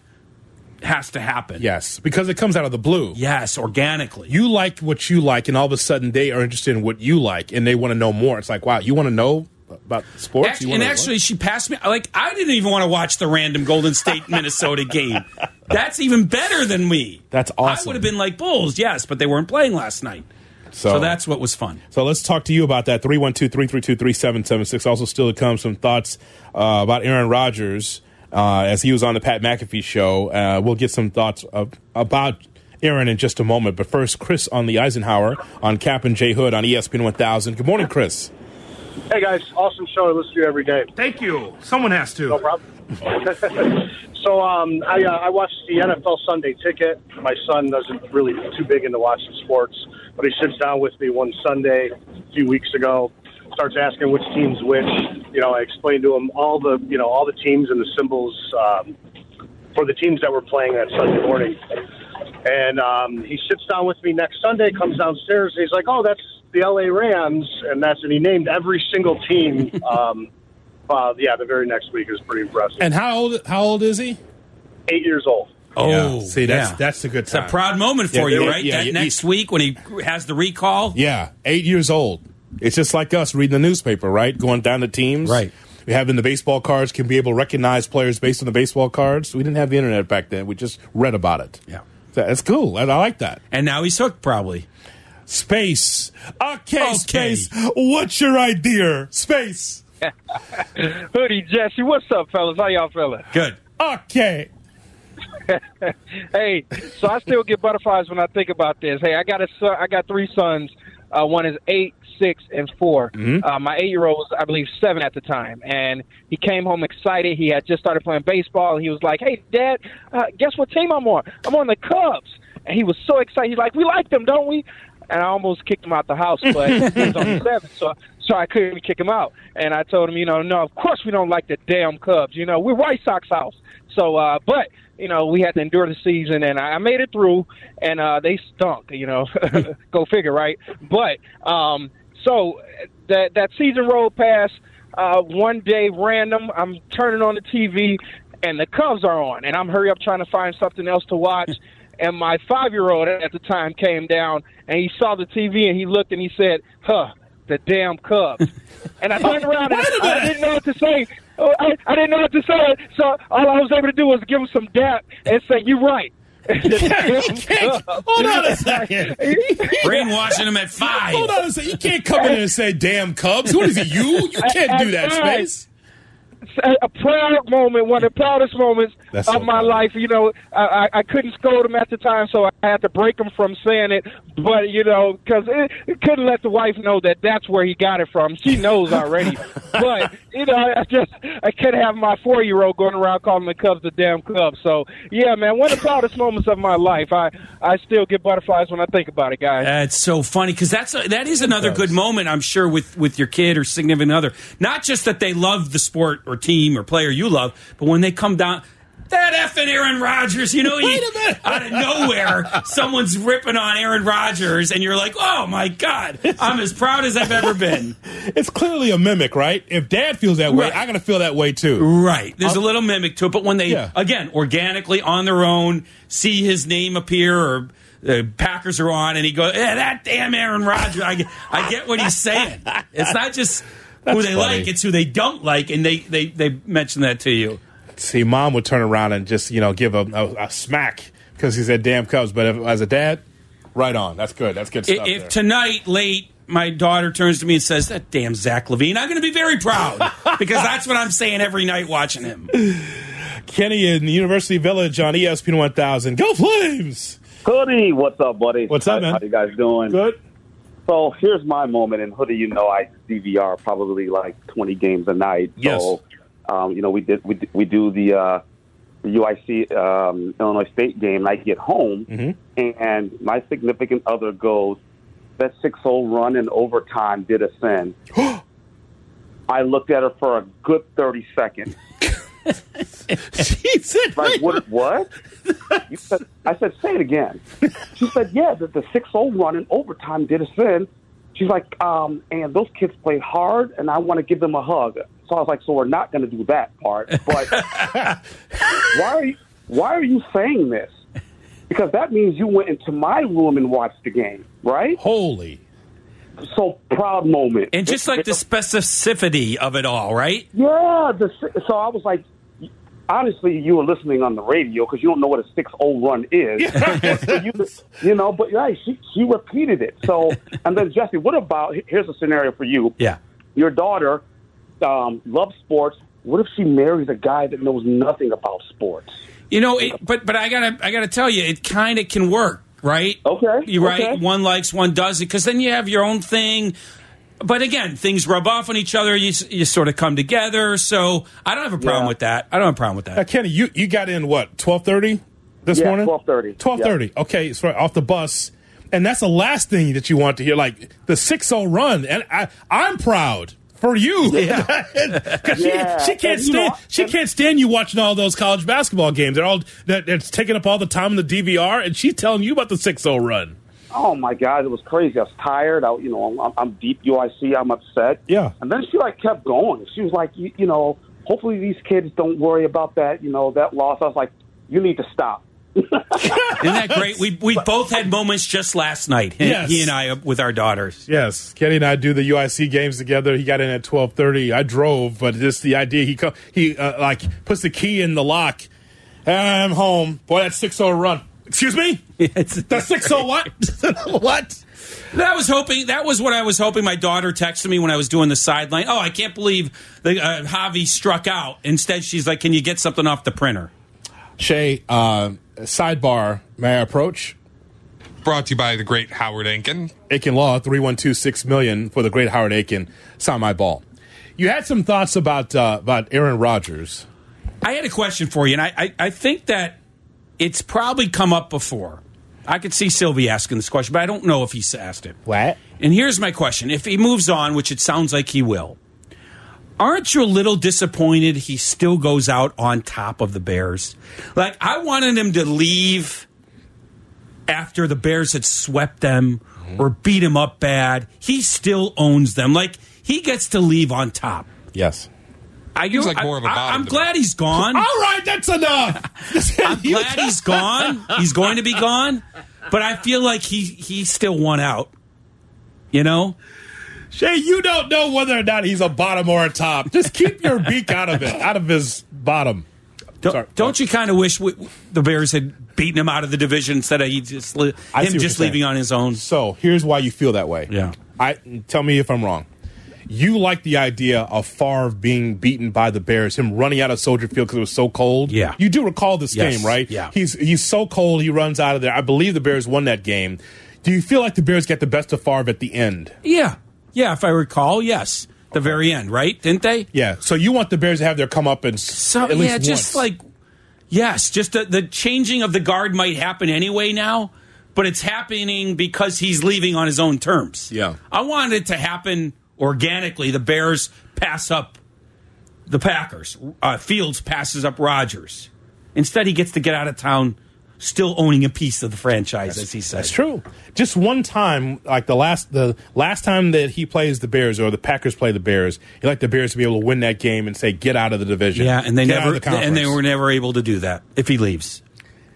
[SPEAKER 2] has to happen.
[SPEAKER 1] Yes, because it comes out of the blue.
[SPEAKER 2] Yes, organically.
[SPEAKER 1] You like what you like, and all of a sudden they are interested in what you like, and they want to know more. It's like, wow, you want to know about sports?
[SPEAKER 2] Act-
[SPEAKER 1] You
[SPEAKER 2] and
[SPEAKER 1] wanna-
[SPEAKER 2] actually, she passed me. Like I didn't even want to watch the random Golden State Minnesota game. That's even better than me.
[SPEAKER 1] That's
[SPEAKER 2] I
[SPEAKER 1] awesome.
[SPEAKER 2] would have been like Bulls, yes, but they weren't playing last night. So, that's what was fun.
[SPEAKER 1] So let's talk to you about that. 312 332 3776. Also, still to come some thoughts uh, about Aaron Rodgers uh, as he was on the Pat McAfee show. Uh, we'll get some thoughts of, about Aaron in just a moment. But first, Chris on the Eisenhower on Cap and J Hood on E ESPN 1000. Good morning, Chris.
[SPEAKER 7] Hey guys, awesome show. I listen to you every day.
[SPEAKER 9] Thank you. Someone has to.
[SPEAKER 7] No problem. so um, I, uh, I watched the NFL Sunday Ticket. My son doesn't really too big into watching sports, but he sits down with me one Sunday a few weeks ago, starts asking which teams which. You know, I explained to him all the you know all the teams and the symbols um, for the teams that were playing that Sunday morning. And um, he sits down with me next Sunday, comes downstairs, and he's like, "Oh, that's the LA Rams," and that's and he named every single team. Um, uh, yeah, the very next week is pretty impressive.
[SPEAKER 1] And how old, how old is he?
[SPEAKER 7] Eight years old.
[SPEAKER 2] Oh,
[SPEAKER 1] See, that's
[SPEAKER 2] yeah.
[SPEAKER 1] that's a good
[SPEAKER 2] It's a
[SPEAKER 1] time.
[SPEAKER 2] proud moment for
[SPEAKER 1] Yeah,
[SPEAKER 2] you,
[SPEAKER 1] yeah,
[SPEAKER 2] right?
[SPEAKER 1] yeah,
[SPEAKER 2] that
[SPEAKER 1] yeah,
[SPEAKER 2] next week when he has the recall.
[SPEAKER 1] Yeah, eight years old. It's just like us reading the newspaper, right? Going down to teams.
[SPEAKER 2] Right.
[SPEAKER 1] We having the baseball cards, can be able to recognize players based on the baseball cards. We didn't have the internet back then. We just read about it.
[SPEAKER 2] Yeah.
[SPEAKER 1] So That's cool. I, I like that.
[SPEAKER 2] And now he's hooked, probably.
[SPEAKER 1] Space. Okay,
[SPEAKER 2] Okay.
[SPEAKER 1] space. What's your idea? Space.
[SPEAKER 13] Hoodie Jesse, what's up, fellas? How y'all feeling?
[SPEAKER 2] Good.
[SPEAKER 1] Okay.
[SPEAKER 13] Hey, so I still get butterflies when I think about this. Hey, I got a son. I got three sons. Uh, one is eight, six, and 4 Uh, my eight-year-old was, I believe, seven at the time, and he came home excited. He had just started playing baseball, and he was like, "Hey, Dad, uh, guess what team I'm on? I'm on the Cubs." And he was so excited. He's like, "We like them, don't we?" And I almost kicked him out the house, but he was only seven, so so I couldn't kick him out. And I told him, you know, no, of course we don't like the damn Cubs. You know, we're White Sox house. So, uh, but you know, we had to endure the season, and I made it through. And uh, they stunk, you know, go figure, right? But um, so that that season rolled past. Uh, one day, random, I'm turning on the TV, and the Cubs are on, and I'm hurry up trying to find something else to watch. And my five year old at the time came down, and he saw the TV, and he looked, and he said, "Huh." The damn Cubs, and I turned around and I didn't know what to say. Oh, I, I didn't know what to say, so all I was able to do was give him some dap and say, "You're right."
[SPEAKER 1] Hold on a second.
[SPEAKER 2] Brainwashing him at five.
[SPEAKER 1] Hold on a second. You can't come in and say, damn Cubs. What is it, you? You can't do that, Space.
[SPEAKER 13] a, a proud moment, one of the proudest moments
[SPEAKER 1] That's
[SPEAKER 13] of
[SPEAKER 1] so
[SPEAKER 13] my
[SPEAKER 1] proud.
[SPEAKER 13] life. You know, I, I, I couldn't scold him at the time, so I had to break him from saying it. But you know, because couldn't let the wife know that that's where he got it from. She knows already. but you know, I just I couldn't have my four year old going around calling the Cubs the damn Cubs. So yeah, man, one of the proudest moments of my life. I I still get butterflies when I think about it, guys.
[SPEAKER 2] That's so funny because that's a, that is another good moment I'm sure with with your kid or significant other. Not just that they love the sport or team or player you love, but when they come down. That effing Aaron Rodgers, you know, he,
[SPEAKER 1] Wait a minute.
[SPEAKER 2] out of nowhere, someone's ripping on Aaron Rodgers, and you're like, oh my God, I'm as proud as I've ever been.
[SPEAKER 1] It's clearly a mimic, right? If dad feels that way,
[SPEAKER 2] Right.
[SPEAKER 1] I got to feel that way too. Uh,
[SPEAKER 2] Right. There's a little mimic to it, but when they,
[SPEAKER 1] Yeah.
[SPEAKER 2] again, organically on their own, see his name appear or uh, Packers are on, and he goes, yeah, that damn Aaron Rodgers. I, get- I get what he's saying. It's not just who they
[SPEAKER 1] funny.
[SPEAKER 2] like, it's who they don't like, and they, they, they mention that to you.
[SPEAKER 1] see, mom would turn around and just you know give a, a, a smack because he said "damn Cubs." But if, as a dad, right on. That's good. That's good
[SPEAKER 2] I-
[SPEAKER 1] stuff.
[SPEAKER 2] If
[SPEAKER 1] there.
[SPEAKER 2] tonight, late, my daughter turns to me and says, that damn Zach Levine, I'm going to be very proud because that's what I'm saying every night watching him.
[SPEAKER 1] Kenny in the University Village on E ESPN 1000. Go Flames!
[SPEAKER 14] Hoodie, what's up, buddy?
[SPEAKER 1] What's up,
[SPEAKER 14] How-
[SPEAKER 1] man?
[SPEAKER 14] How you guys doing?
[SPEAKER 1] Good.
[SPEAKER 14] So here's my moment, and Hoodie, you know I DVR probably like 20 games a night. So, um, you know we did we, d- we do the uh, the UIC um, Illinois State game. And I get home, and my significant other goes, "That 6-0 run in overtime did a sin." I looked at her for a good 30 seconds.
[SPEAKER 1] she said,
[SPEAKER 14] like, what? what? You said, I said, say it again. She said, yeah, that the 6 0 run in overtime did us in. She's like, um, and those kids played hard, and I want to give them a hug. So I was like, so we're not going to do that part. But why are you, why are you saying this? Because that means you went into my room and watched the game, right?
[SPEAKER 1] Holy.
[SPEAKER 14] So proud moment.
[SPEAKER 2] And just like the specificity of it all, right?
[SPEAKER 14] Yeah, the, si- so I was like, honestly, you were listening on the radio because you don't know what a 6 0 run is. you, you know, but right, she, she repeated it. So, and then, Jesse, what about here's a scenario for you.
[SPEAKER 2] Yeah.
[SPEAKER 14] Your daughter um, loves sports. What if she marries a guy that knows nothing about sports?
[SPEAKER 2] You know, it, but but I gotta I gotta tell you, it kind of can work, right?
[SPEAKER 14] Okay,
[SPEAKER 2] you right.
[SPEAKER 14] okay.
[SPEAKER 2] One likes, one doesn't, because then you have your own thing. But again, things rub off on each other. You s- you sort of come together. So I don't have a problem with that. I don't have a problem with that.
[SPEAKER 1] Uh, Kenny, you, you got in what, 1230 this
[SPEAKER 2] Yeah,
[SPEAKER 1] morning?
[SPEAKER 2] 12:30.
[SPEAKER 1] 1230. Okay, so off the bus. And that's the last thing that you want to hear, like the 6 0 run. And I, I'm proud for you. Yeah.
[SPEAKER 11] Yeah.
[SPEAKER 1] she, she can't
[SPEAKER 11] And, you know,
[SPEAKER 1] stand she can't stand you watching all those college basketball games. They're all that it's taking up all the time in the DVR, and she's telling you about the 6 0 run.
[SPEAKER 14] Oh my God, it was crazy. I was tired. I, you know, I'm, I'm deep UIC. I'm upset.
[SPEAKER 1] Yeah.
[SPEAKER 14] And then she like kept going. She was like, you, you know, hopefully these kids don't worry about that. You know, that loss. I was like, you need to stop.
[SPEAKER 2] Isn't that great? We we both had moments just last night. He,
[SPEAKER 1] Yes.
[SPEAKER 2] he and I uh, with our daughters.
[SPEAKER 1] Yes, Kenny and I do the UIC games together. He got in at twelve thirty. I drove, but just the idea he co- he uh, like puts the key in the lock. I'm home. Boy, that six zero run. Excuse me. That's six zero what? what?
[SPEAKER 2] That was hoping. That was what I was hoping. My daughter texted me when I was doing the sideline. Oh, I can't believe the uh, Javi struck out. Instead, she's like, "Can you get something off the printer?"
[SPEAKER 1] Shay, uh, sidebar. May I approach?
[SPEAKER 15] Brought to you by the great Howard Aiken.
[SPEAKER 1] Aiken Law three one two six million for the great Howard Aiken. Sign my ball. You had some thoughts about uh, about Aaron Rodgers.
[SPEAKER 2] I had a question for you, and I, I, I think that it's probably come up before. I could see Sylvie asking this question, but I don't know if he's asked it.
[SPEAKER 1] What?
[SPEAKER 2] And here's my question if he moves on, which it sounds like he will, aren't you a little disappointed he still goes out on top of the Bears? Like, I wanted him to leave after the Bears had swept them or beat him up bad. He still owns them. Like, he gets to leave on top.
[SPEAKER 1] Yes.
[SPEAKER 2] I,
[SPEAKER 15] Seems
[SPEAKER 2] you-
[SPEAKER 15] like more of a
[SPEAKER 2] I- I-
[SPEAKER 15] bottom
[SPEAKER 2] I'm
[SPEAKER 15] to
[SPEAKER 2] glad he's gone.
[SPEAKER 1] All right, that's enough.
[SPEAKER 2] I'm glad he's gone. He's going to be gone. But I feel like he he still won out. You know?
[SPEAKER 1] Shay, you don't know whether or not he's a bottom or a top. Just keep your beak out of it, out of his bottom. Sorry.
[SPEAKER 2] Don't, don't you kind of wish we, the Bears had beaten him out of the division instead of he just li-
[SPEAKER 1] I see
[SPEAKER 2] him
[SPEAKER 1] what
[SPEAKER 2] just
[SPEAKER 1] you're saying.
[SPEAKER 2] leaving on his own?
[SPEAKER 1] So here's why you feel that way.
[SPEAKER 2] Yeah.
[SPEAKER 1] I tell me if I'm wrong. You like the idea of Favre being beaten by the Bears, him running out of Soldier Field because it was so cold.
[SPEAKER 2] Yeah.
[SPEAKER 1] you do recall this
[SPEAKER 2] Yes.
[SPEAKER 1] game, right?
[SPEAKER 2] Yeah.
[SPEAKER 1] he's he's so cold he runs out of there. I believe the Bears won that game. Do you feel like the Bears got the best of Favre at the end?
[SPEAKER 2] Yeah, yeah. If I recall, yes, the very end, right? Didn't they?
[SPEAKER 1] Yeah. So you want the Bears to have their comeuppance
[SPEAKER 2] So,
[SPEAKER 1] at least
[SPEAKER 2] yeah, just like
[SPEAKER 1] once.
[SPEAKER 2] yes, just the, the changing of the guard might happen anyway now, but it's happening because he's leaving on his own terms.
[SPEAKER 1] Yeah.
[SPEAKER 2] I wanted it to happen organically. The Bears pass up the Packers. Uh, Fields passes up Rodgers. Instead, he gets to get out of town, still owning a piece of the franchise, as he said.
[SPEAKER 1] That's true. Just one time, like the last the last time that he plays the Bears or the Packers play the Bears, he like the Bears to be able to win that game and say get out of the division.
[SPEAKER 2] Yeah, and they
[SPEAKER 1] Get out
[SPEAKER 2] never
[SPEAKER 1] of the
[SPEAKER 2] and they
[SPEAKER 1] conference."
[SPEAKER 2] were never able to do that if he leaves.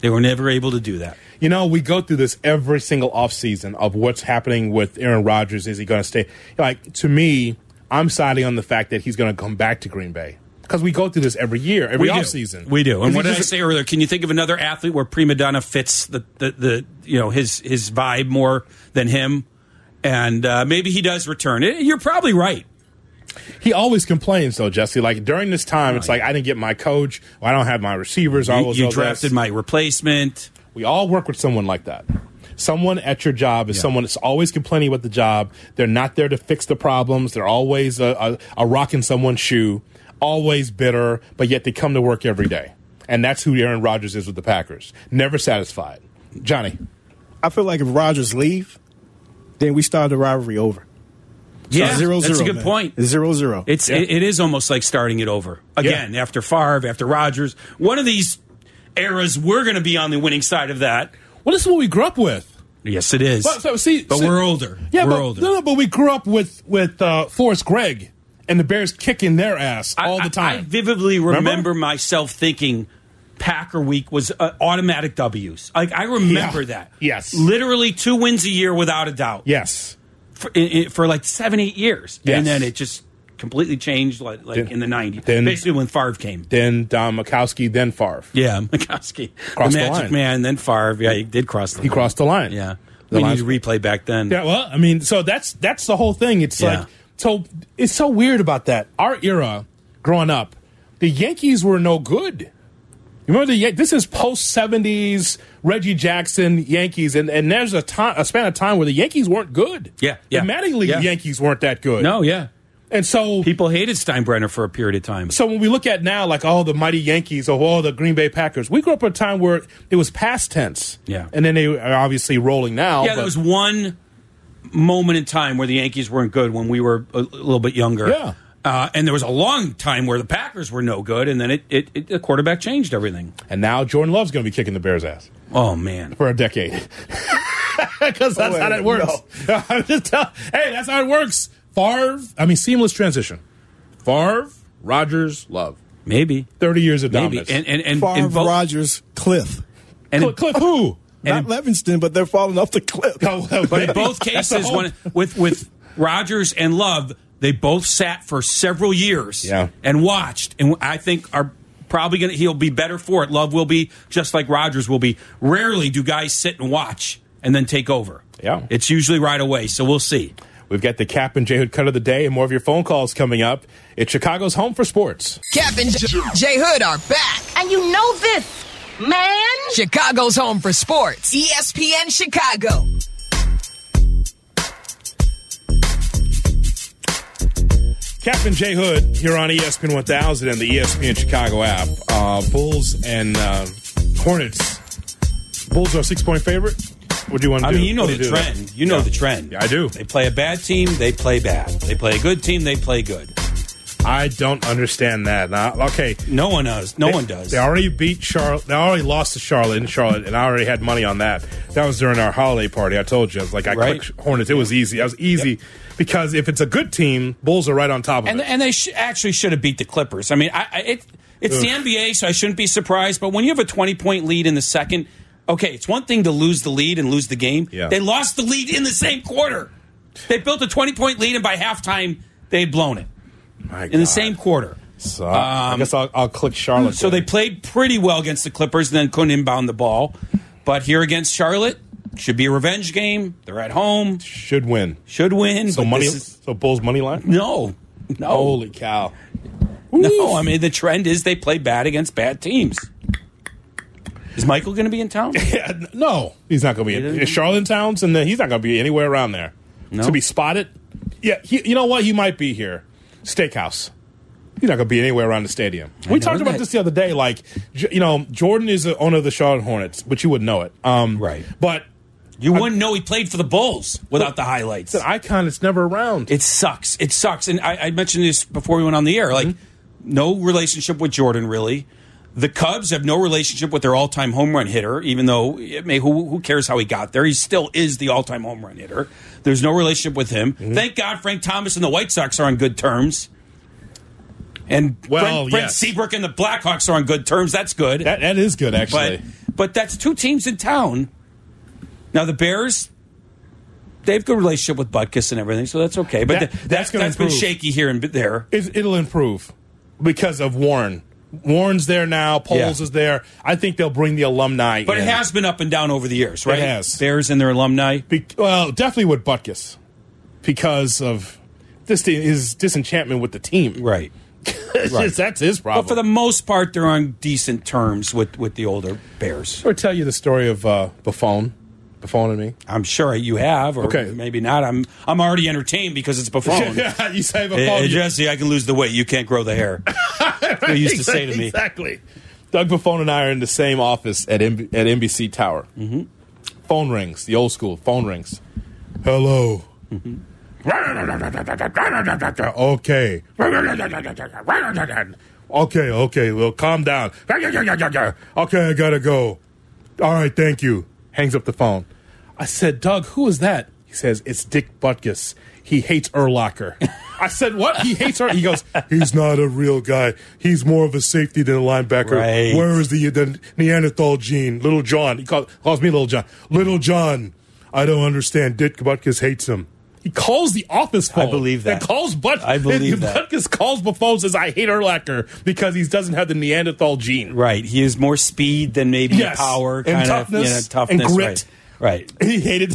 [SPEAKER 2] They were never able to do that.
[SPEAKER 1] You know, we go through this every single offseason of what's happening with Aaron Rodgers. Is he going to stay? Like, to me, I'm siding on the fact that he's going to come back to Green Bay because we go through this every year, every
[SPEAKER 2] we do.
[SPEAKER 1] offseason.
[SPEAKER 2] We do. And what did
[SPEAKER 1] Because
[SPEAKER 2] I
[SPEAKER 1] it's just-
[SPEAKER 2] say earlier? Can you think of another athlete where prima donna fits the, the, the you know his his vibe more than him? And uh, maybe he does return. Eh, You're probably right.
[SPEAKER 1] He always complains though, Jesse. Like during this time, it's like I didn't get my coach. Or I don't have my receivers. all
[SPEAKER 2] Oh, You,
[SPEAKER 1] those
[SPEAKER 2] you
[SPEAKER 1] other-
[SPEAKER 2] drafted my replacement.
[SPEAKER 1] We all work with someone like that. Someone at your job is someone that's always complaining about the job. They're not there to fix the problems. They're always a, a, a rock in someone's shoe, always bitter, but yet they come to work every day. And that's who Aaron Rodgers is with the Packers. Never satisfied. Johnny.
[SPEAKER 13] I feel like if Rogers leave, then we start the rivalry over. So
[SPEAKER 2] Yeah,
[SPEAKER 13] zero,
[SPEAKER 2] that's
[SPEAKER 13] zero,
[SPEAKER 2] a
[SPEAKER 13] man.
[SPEAKER 2] good point.
[SPEAKER 13] Zero zero.
[SPEAKER 2] It's
[SPEAKER 13] Yeah.
[SPEAKER 2] it, it is almost like starting it over again after Favre, after Rodgers. One of these eras, we're going to be on the winning side of that.
[SPEAKER 1] Well, this is what we grew up with.
[SPEAKER 2] Yes, it is.
[SPEAKER 1] But, so, see,
[SPEAKER 2] But
[SPEAKER 1] see-
[SPEAKER 2] we're older.
[SPEAKER 1] Yeah,
[SPEAKER 2] We're
[SPEAKER 1] but,
[SPEAKER 2] older.
[SPEAKER 1] No, no, but we grew up with with uh, Forrest Gregg and the Bears kicking their ass all the time.
[SPEAKER 2] I vividly remember, myself thinking Packer week was uh, automatic W's. Like I remember
[SPEAKER 1] Yeah.
[SPEAKER 2] that.
[SPEAKER 1] Yes.
[SPEAKER 2] Literally two wins a year without a doubt.
[SPEAKER 1] Yes.
[SPEAKER 2] For, in, in- for like seven, eight years.
[SPEAKER 1] Yes.
[SPEAKER 2] And then it just completely changed like, like in the 90s.
[SPEAKER 1] then-
[SPEAKER 2] Basically when Favre came.
[SPEAKER 1] then Don Mikowski, then Favre.
[SPEAKER 2] Yeah, Mikowski.
[SPEAKER 1] Crossed
[SPEAKER 2] the
[SPEAKER 1] the
[SPEAKER 2] Magic
[SPEAKER 1] line.
[SPEAKER 2] Man, then Favre. Yeah, he did cross the line. He
[SPEAKER 1] crossed the line.
[SPEAKER 2] Yeah.
[SPEAKER 1] The
[SPEAKER 2] we
[SPEAKER 1] line's-
[SPEAKER 2] need to replay back then.
[SPEAKER 1] Yeah, well, I mean, so that's that's the whole thing. It's
[SPEAKER 2] Yeah.
[SPEAKER 1] like so it's so weird about that. Our era growing up, the Yankees were no good. You remember the Yan- this is post seventies Reggie Jackson Yankees, and, and there's a time a span of time where the Yankees weren't good.
[SPEAKER 2] Yeah, yeah.
[SPEAKER 1] the Mattingly League
[SPEAKER 2] Yeah.
[SPEAKER 1] Yankees weren't that good.
[SPEAKER 2] No, yeah.
[SPEAKER 1] And so
[SPEAKER 2] people hated Steinbrenner for a period of time.
[SPEAKER 1] So when we look at now, like all the mighty Yankees or all the Green Bay Packers, we grew up at a time where it was past tense.
[SPEAKER 2] Yeah.
[SPEAKER 1] and then they are obviously rolling now.
[SPEAKER 2] yeah,
[SPEAKER 1] but-
[SPEAKER 2] there was one moment in time where the Yankees weren't good when we were a little bit younger.
[SPEAKER 1] Yeah.
[SPEAKER 2] Uh, and there was a long time where the Packers were no good, and then it, it, it the quarterback changed everything.
[SPEAKER 1] and now Jordan Love's going to be kicking the Bears' ass.
[SPEAKER 2] Oh man,
[SPEAKER 1] for a decade. Because
[SPEAKER 13] Oh,
[SPEAKER 1] that's how that works. I'm just tell- hey, that's how it works. Favre, I mean, seamless transition. Favre, Rogers, Love.
[SPEAKER 2] Maybe
[SPEAKER 1] thirty years of
[SPEAKER 2] Maybe.
[SPEAKER 1] dominance.
[SPEAKER 2] And- and- and-
[SPEAKER 13] Favre,
[SPEAKER 2] and vote-
[SPEAKER 13] Rogers, Cliff.
[SPEAKER 2] And in-
[SPEAKER 1] Cliff who? Oh,
[SPEAKER 13] Not Levinston, but they're falling off the cliff.
[SPEAKER 2] But in both cases, one, with with Rogers and Love, they both sat for several years
[SPEAKER 1] Yeah.
[SPEAKER 2] and watched, and I think are probably going to he'll be better for it. Love will be just like Rogers will be. Rarely do guys sit and watch and then take over.
[SPEAKER 1] Yeah.
[SPEAKER 2] it's usually right away. So we'll see.
[SPEAKER 1] We've got the Cap and J Hood cut of the day and more of your phone calls coming up. It's Chicago's home for sports.
[SPEAKER 4] Cap and J- Jay Hood are back. And you know this, man. Chicago's home for sports. E ESPN Chicago.
[SPEAKER 1] Captain Jay Hood here on E ESPN 1000 and the E ESPN Chicago app. Uh, Bulls and uh, Hornets. Bulls are a six point favorite. What do you want to
[SPEAKER 2] I
[SPEAKER 1] do?
[SPEAKER 2] mean, you know
[SPEAKER 1] What do
[SPEAKER 2] the
[SPEAKER 1] do?
[SPEAKER 2] trend. You know the trend.
[SPEAKER 1] I do.
[SPEAKER 2] They play a bad team, they play bad. They play a good team, they play good.
[SPEAKER 1] I don't understand that. Now, Uh, okay,
[SPEAKER 2] no one does. No
[SPEAKER 1] They-
[SPEAKER 2] one does.
[SPEAKER 1] They already beat Charlotte. They already lost to Charlotte in Charlotte, and I already had money on that. That was during our holiday party. I told you, I was like, I
[SPEAKER 2] Right.
[SPEAKER 1] clicked Hornets. It was easy. I was easy because if it's a good team, Bulls are right on top of
[SPEAKER 2] And
[SPEAKER 1] it.
[SPEAKER 2] and they sh- actually should have beat the Clippers. I mean, I, I it it's the NBA, so I shouldn't be surprised. But when you have a twenty point lead in the second, okay, it's one thing to lose the lead and lose the game.
[SPEAKER 1] Yeah.
[SPEAKER 2] They lost the lead in the same quarter. They built a twenty point lead, and by halftime, they had blown it
[SPEAKER 1] My
[SPEAKER 2] in the same quarter. Um,
[SPEAKER 1] So I guess I'll, I'll click Charlotte.
[SPEAKER 2] So they played pretty well against the Clippers, and then couldn't inbound the ball. But here against Charlotte, should be a revenge game. They're at home,
[SPEAKER 1] should win,
[SPEAKER 2] should win.
[SPEAKER 1] So
[SPEAKER 2] but
[SPEAKER 1] money.
[SPEAKER 2] this is-
[SPEAKER 1] so Bulls money line.
[SPEAKER 2] no, no,
[SPEAKER 1] Holy cow!
[SPEAKER 2] no. I mean, the trend is they play bad against bad teams. Is Michael going to be in town?
[SPEAKER 1] Yeah, n- no, he's not going to be in, in Charlotte Towns, and then he's not going to be anywhere around there
[SPEAKER 2] No.
[SPEAKER 1] to be spotted. Yeah, he, you know what? He might be here. Steakhouse. He's not going to be anywhere around the stadium. we
[SPEAKER 2] know
[SPEAKER 1] talked about
[SPEAKER 2] that.
[SPEAKER 1] this the other day. Like, J- you know, Jordan is the owner of the Charlotte Hornets, but you wouldn't know it. Um,
[SPEAKER 2] Right.
[SPEAKER 1] But
[SPEAKER 2] You wouldn't know he played for the Bulls without the highlights.
[SPEAKER 1] it's an icon that's never around.
[SPEAKER 2] It sucks. It sucks. And I, I mentioned this before we went on the air. Like, no relationship with Jordan, really. The Cubs have no relationship with their all-time home run hitter, even though it may, who, who cares how he got there? He still is the all-time home run hitter. There's no relationship with him.
[SPEAKER 1] Mm-hmm.
[SPEAKER 2] Thank God Frank Thomas and the White Sox are on good terms. And
[SPEAKER 1] Well,
[SPEAKER 2] Brent, Brent
[SPEAKER 1] yes.
[SPEAKER 2] Seabrook and the Blackhawks are on good terms. That's good.
[SPEAKER 1] that, that is good, actually.
[SPEAKER 2] But but that's two teams in town. Now the Bears, they have good relationship with Butkus and everything, so that's okay. But th-
[SPEAKER 1] That- that's
[SPEAKER 2] that's
[SPEAKER 1] gonna
[SPEAKER 2] that's been
[SPEAKER 1] improve.
[SPEAKER 2] shaky here and there.
[SPEAKER 1] It, it'll improve because of Warren. Warren's there now. Poles
[SPEAKER 2] Yeah.
[SPEAKER 1] is there. I think they'll bring the alumni.
[SPEAKER 2] But
[SPEAKER 1] in.
[SPEAKER 2] it has been up and down over the years, right?
[SPEAKER 1] has.
[SPEAKER 2] Bears and their alumni.
[SPEAKER 1] Be- well, definitely with Butkus because of this thing, his disenchantment with the team.
[SPEAKER 2] Right. Right.
[SPEAKER 1] that's his problem.
[SPEAKER 2] But for the most part, they're on decent terms with, with the older Bears.
[SPEAKER 1] Or tell you the story of uh, Buffon, Buffon and me.
[SPEAKER 2] I'm sure you have, or
[SPEAKER 1] Okay.
[SPEAKER 2] maybe not. I'm I'm already entertained because it's Buffon.
[SPEAKER 1] Yeah, you say Buffon,
[SPEAKER 2] Hey, hey,
[SPEAKER 1] you-
[SPEAKER 2] Jesse, I can lose the weight. You can't grow the hair. They used to say to me.
[SPEAKER 1] Exactly. Doug Buffon and I are in the same office at M- at NBC Tower. Mm-hmm. Phone rings, the old school phone rings. Hello.
[SPEAKER 2] Mm-hmm.
[SPEAKER 1] okay. Okay, okay, well, calm down. Okay, I gotta go. All right, thank you. Hangs up the phone. I said, Doug, who is that? He says, it's Dick Butkus. He hates Erlocker. I said, what? He hates her. He goes, he's not a real guy. He's more of a safety than a linebacker.
[SPEAKER 16] Right.
[SPEAKER 1] Where is the, the Neanderthal gene? Little John. He calls, calls me Little John. Little John. I don't understand. Dick Butkus hates him. He calls the office phone. I believe that. calls Butkus. I
[SPEAKER 2] believe that.
[SPEAKER 1] Butkus calls Buffon says, I hate Erlacher because he doesn't have the Neanderthal gene.
[SPEAKER 2] Right. He is more speed than maybe
[SPEAKER 1] Yes.
[SPEAKER 2] power,
[SPEAKER 1] And
[SPEAKER 2] kind of
[SPEAKER 1] toughness
[SPEAKER 2] you know,
[SPEAKER 1] and
[SPEAKER 2] toughness,
[SPEAKER 1] grit.
[SPEAKER 2] Right. right.
[SPEAKER 1] He hated.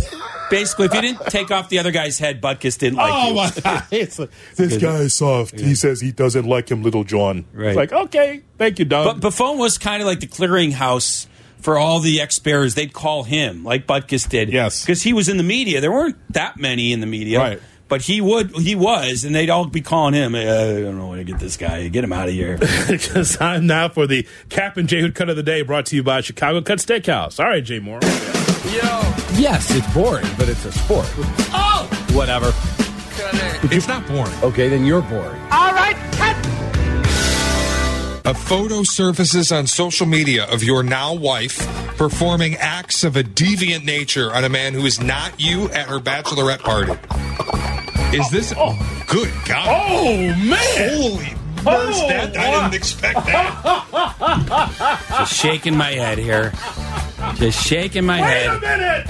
[SPEAKER 2] Basically, if you didn't take off the other guy's head, Butkus didn't like
[SPEAKER 1] oh
[SPEAKER 2] you.
[SPEAKER 1] my God. It's like, this guy is soft. He says he doesn't like him, Little John.
[SPEAKER 2] Right.
[SPEAKER 1] It's like, okay, thank you, Doug.
[SPEAKER 2] But Buffon was kind of like the clearinghouse for all the ex Bears. They'd call him, like Butkus did. Yes. Because he was in the media. There weren't that many in the media. Right. But he would, he was, and they'd all be calling him. "Uh, I don't know where to get this guy. Get him out of here.
[SPEAKER 1] Because I'm now for the Cap and J Hood cut of the day brought to you by Chicago Cut Steakhouse. All right, Jay Moore.
[SPEAKER 11] Yes, it's boring, but it's a sport.
[SPEAKER 5] Oh!
[SPEAKER 11] Whatever.
[SPEAKER 3] It's not boring.
[SPEAKER 11] Okay, then you're boring.
[SPEAKER 5] All right, cut!
[SPEAKER 3] A photo surfaces on social media of your now wife performing acts of a deviant nature on a man who is not you at her bachelorette party. Is this? Oh, good God!
[SPEAKER 1] Oh man! Oh.
[SPEAKER 3] Holy burst! that I didn't expect that.
[SPEAKER 2] Just shaking my head here. Just shaking my
[SPEAKER 1] Wait
[SPEAKER 2] head.
[SPEAKER 1] a minute!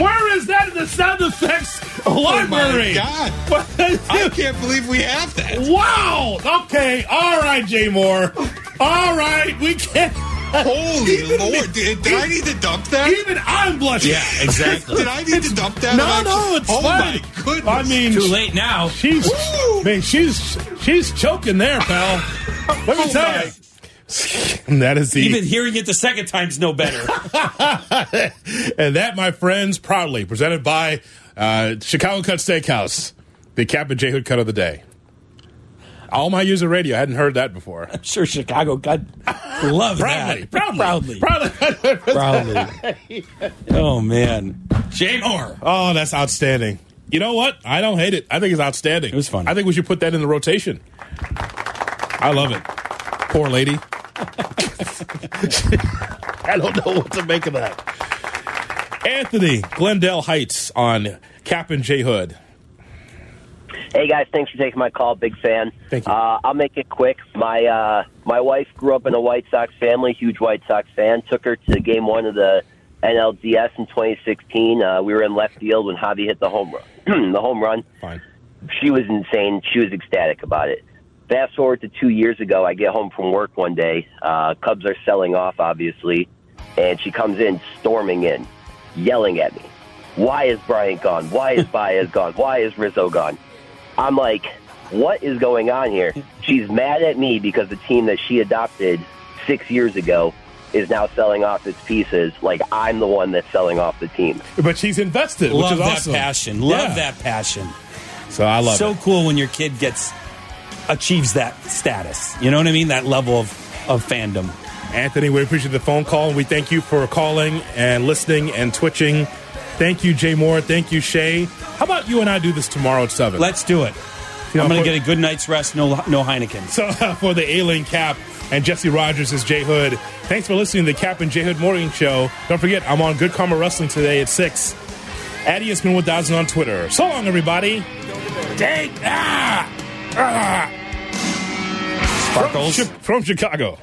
[SPEAKER 1] Where is that in the sound effects library?
[SPEAKER 3] Oh God! I can't believe we have that.
[SPEAKER 1] Wow! Okay, all right, Jay Moore. All right, we can't.
[SPEAKER 3] Holy Lord, did, did I need to dump that?
[SPEAKER 1] Even I'm blushing.
[SPEAKER 2] Yeah, exactly.
[SPEAKER 3] Did I need to dump that?
[SPEAKER 1] No,
[SPEAKER 3] Am I-
[SPEAKER 1] no, it's
[SPEAKER 3] oh
[SPEAKER 1] fine.
[SPEAKER 3] My goodness.
[SPEAKER 1] I mean,
[SPEAKER 2] Too late now.
[SPEAKER 1] She's, man, she's she's choking there, pal. Let me
[SPEAKER 2] Oh,
[SPEAKER 1] tell
[SPEAKER 2] my.
[SPEAKER 1] you. And that is the
[SPEAKER 2] Even hearing it the second time's no better.
[SPEAKER 1] and that, my friends, proudly presented by uh, Chicago Cut Steakhouse, the Cap and J Hood cut of the day. All my user radio, I hadn't heard that before. I'm
[SPEAKER 2] sure Chicago got love
[SPEAKER 1] proudly,
[SPEAKER 2] that.
[SPEAKER 1] proudly, proudly, proudly,
[SPEAKER 2] Oh man, Jay Moore.
[SPEAKER 1] Oh, that's outstanding. You know what? I don't hate it. I think it's outstanding. It was fun. I think we should put that in the rotation. I love it. Poor lady. I don't know what to make of that. Anthony Glendale Heights on Cap and J Hood.
[SPEAKER 17] Hey guys, thanks for taking my call. Big fan. Thank you. Uh, I'll make it quick. My uh, my wife grew up in a White Sox family, huge White Sox fan. Took her to game one of the NLDS in 2016. Uh, we were in left field when Javi hit the home run. the home run.
[SPEAKER 1] Fine.
[SPEAKER 17] She was insane. She was ecstatic about it. Fast forward to two years ago, I get home from work one day. Uh, Cubs are selling off, obviously, and she comes in storming in, yelling at me. Why is Bryant gone? Why is Baez gone? Why is Rizzo gone? I'm like, what is going on here? She's mad at me because the team that she adopted six years ago is now selling off its pieces. Like I'm the one that's selling off the team.
[SPEAKER 1] But she's invested,
[SPEAKER 2] Love
[SPEAKER 1] which is
[SPEAKER 2] that
[SPEAKER 1] awesome.
[SPEAKER 2] passion. Love
[SPEAKER 1] Yeah.
[SPEAKER 2] that passion.
[SPEAKER 1] So I love
[SPEAKER 2] so
[SPEAKER 1] it.
[SPEAKER 2] cool when your kid gets achieves that status. You know what I mean? That level of of fandom.
[SPEAKER 1] Anthony, we appreciate the phone call. and We thank you for calling and listening and twitching. Thank you, Jay Moore. Thank you, Shay. How about you and I do this tomorrow at 7?
[SPEAKER 2] Let's do it.
[SPEAKER 1] You know,
[SPEAKER 2] I'm going
[SPEAKER 1] for-
[SPEAKER 2] to get a good night's rest. No, no Heineken.
[SPEAKER 1] So for the ailing Cap and Jesse Rogers is Jay Hood. Thanks for listening to the Cap and Jay Hood Morning Show. Don't forget, I'm on Good Karma Wrestling today at 6. At ESPN 1000 on Twitter. So long, everybody. Take ah, ah. Sparkles. From, Chi- from Chicago.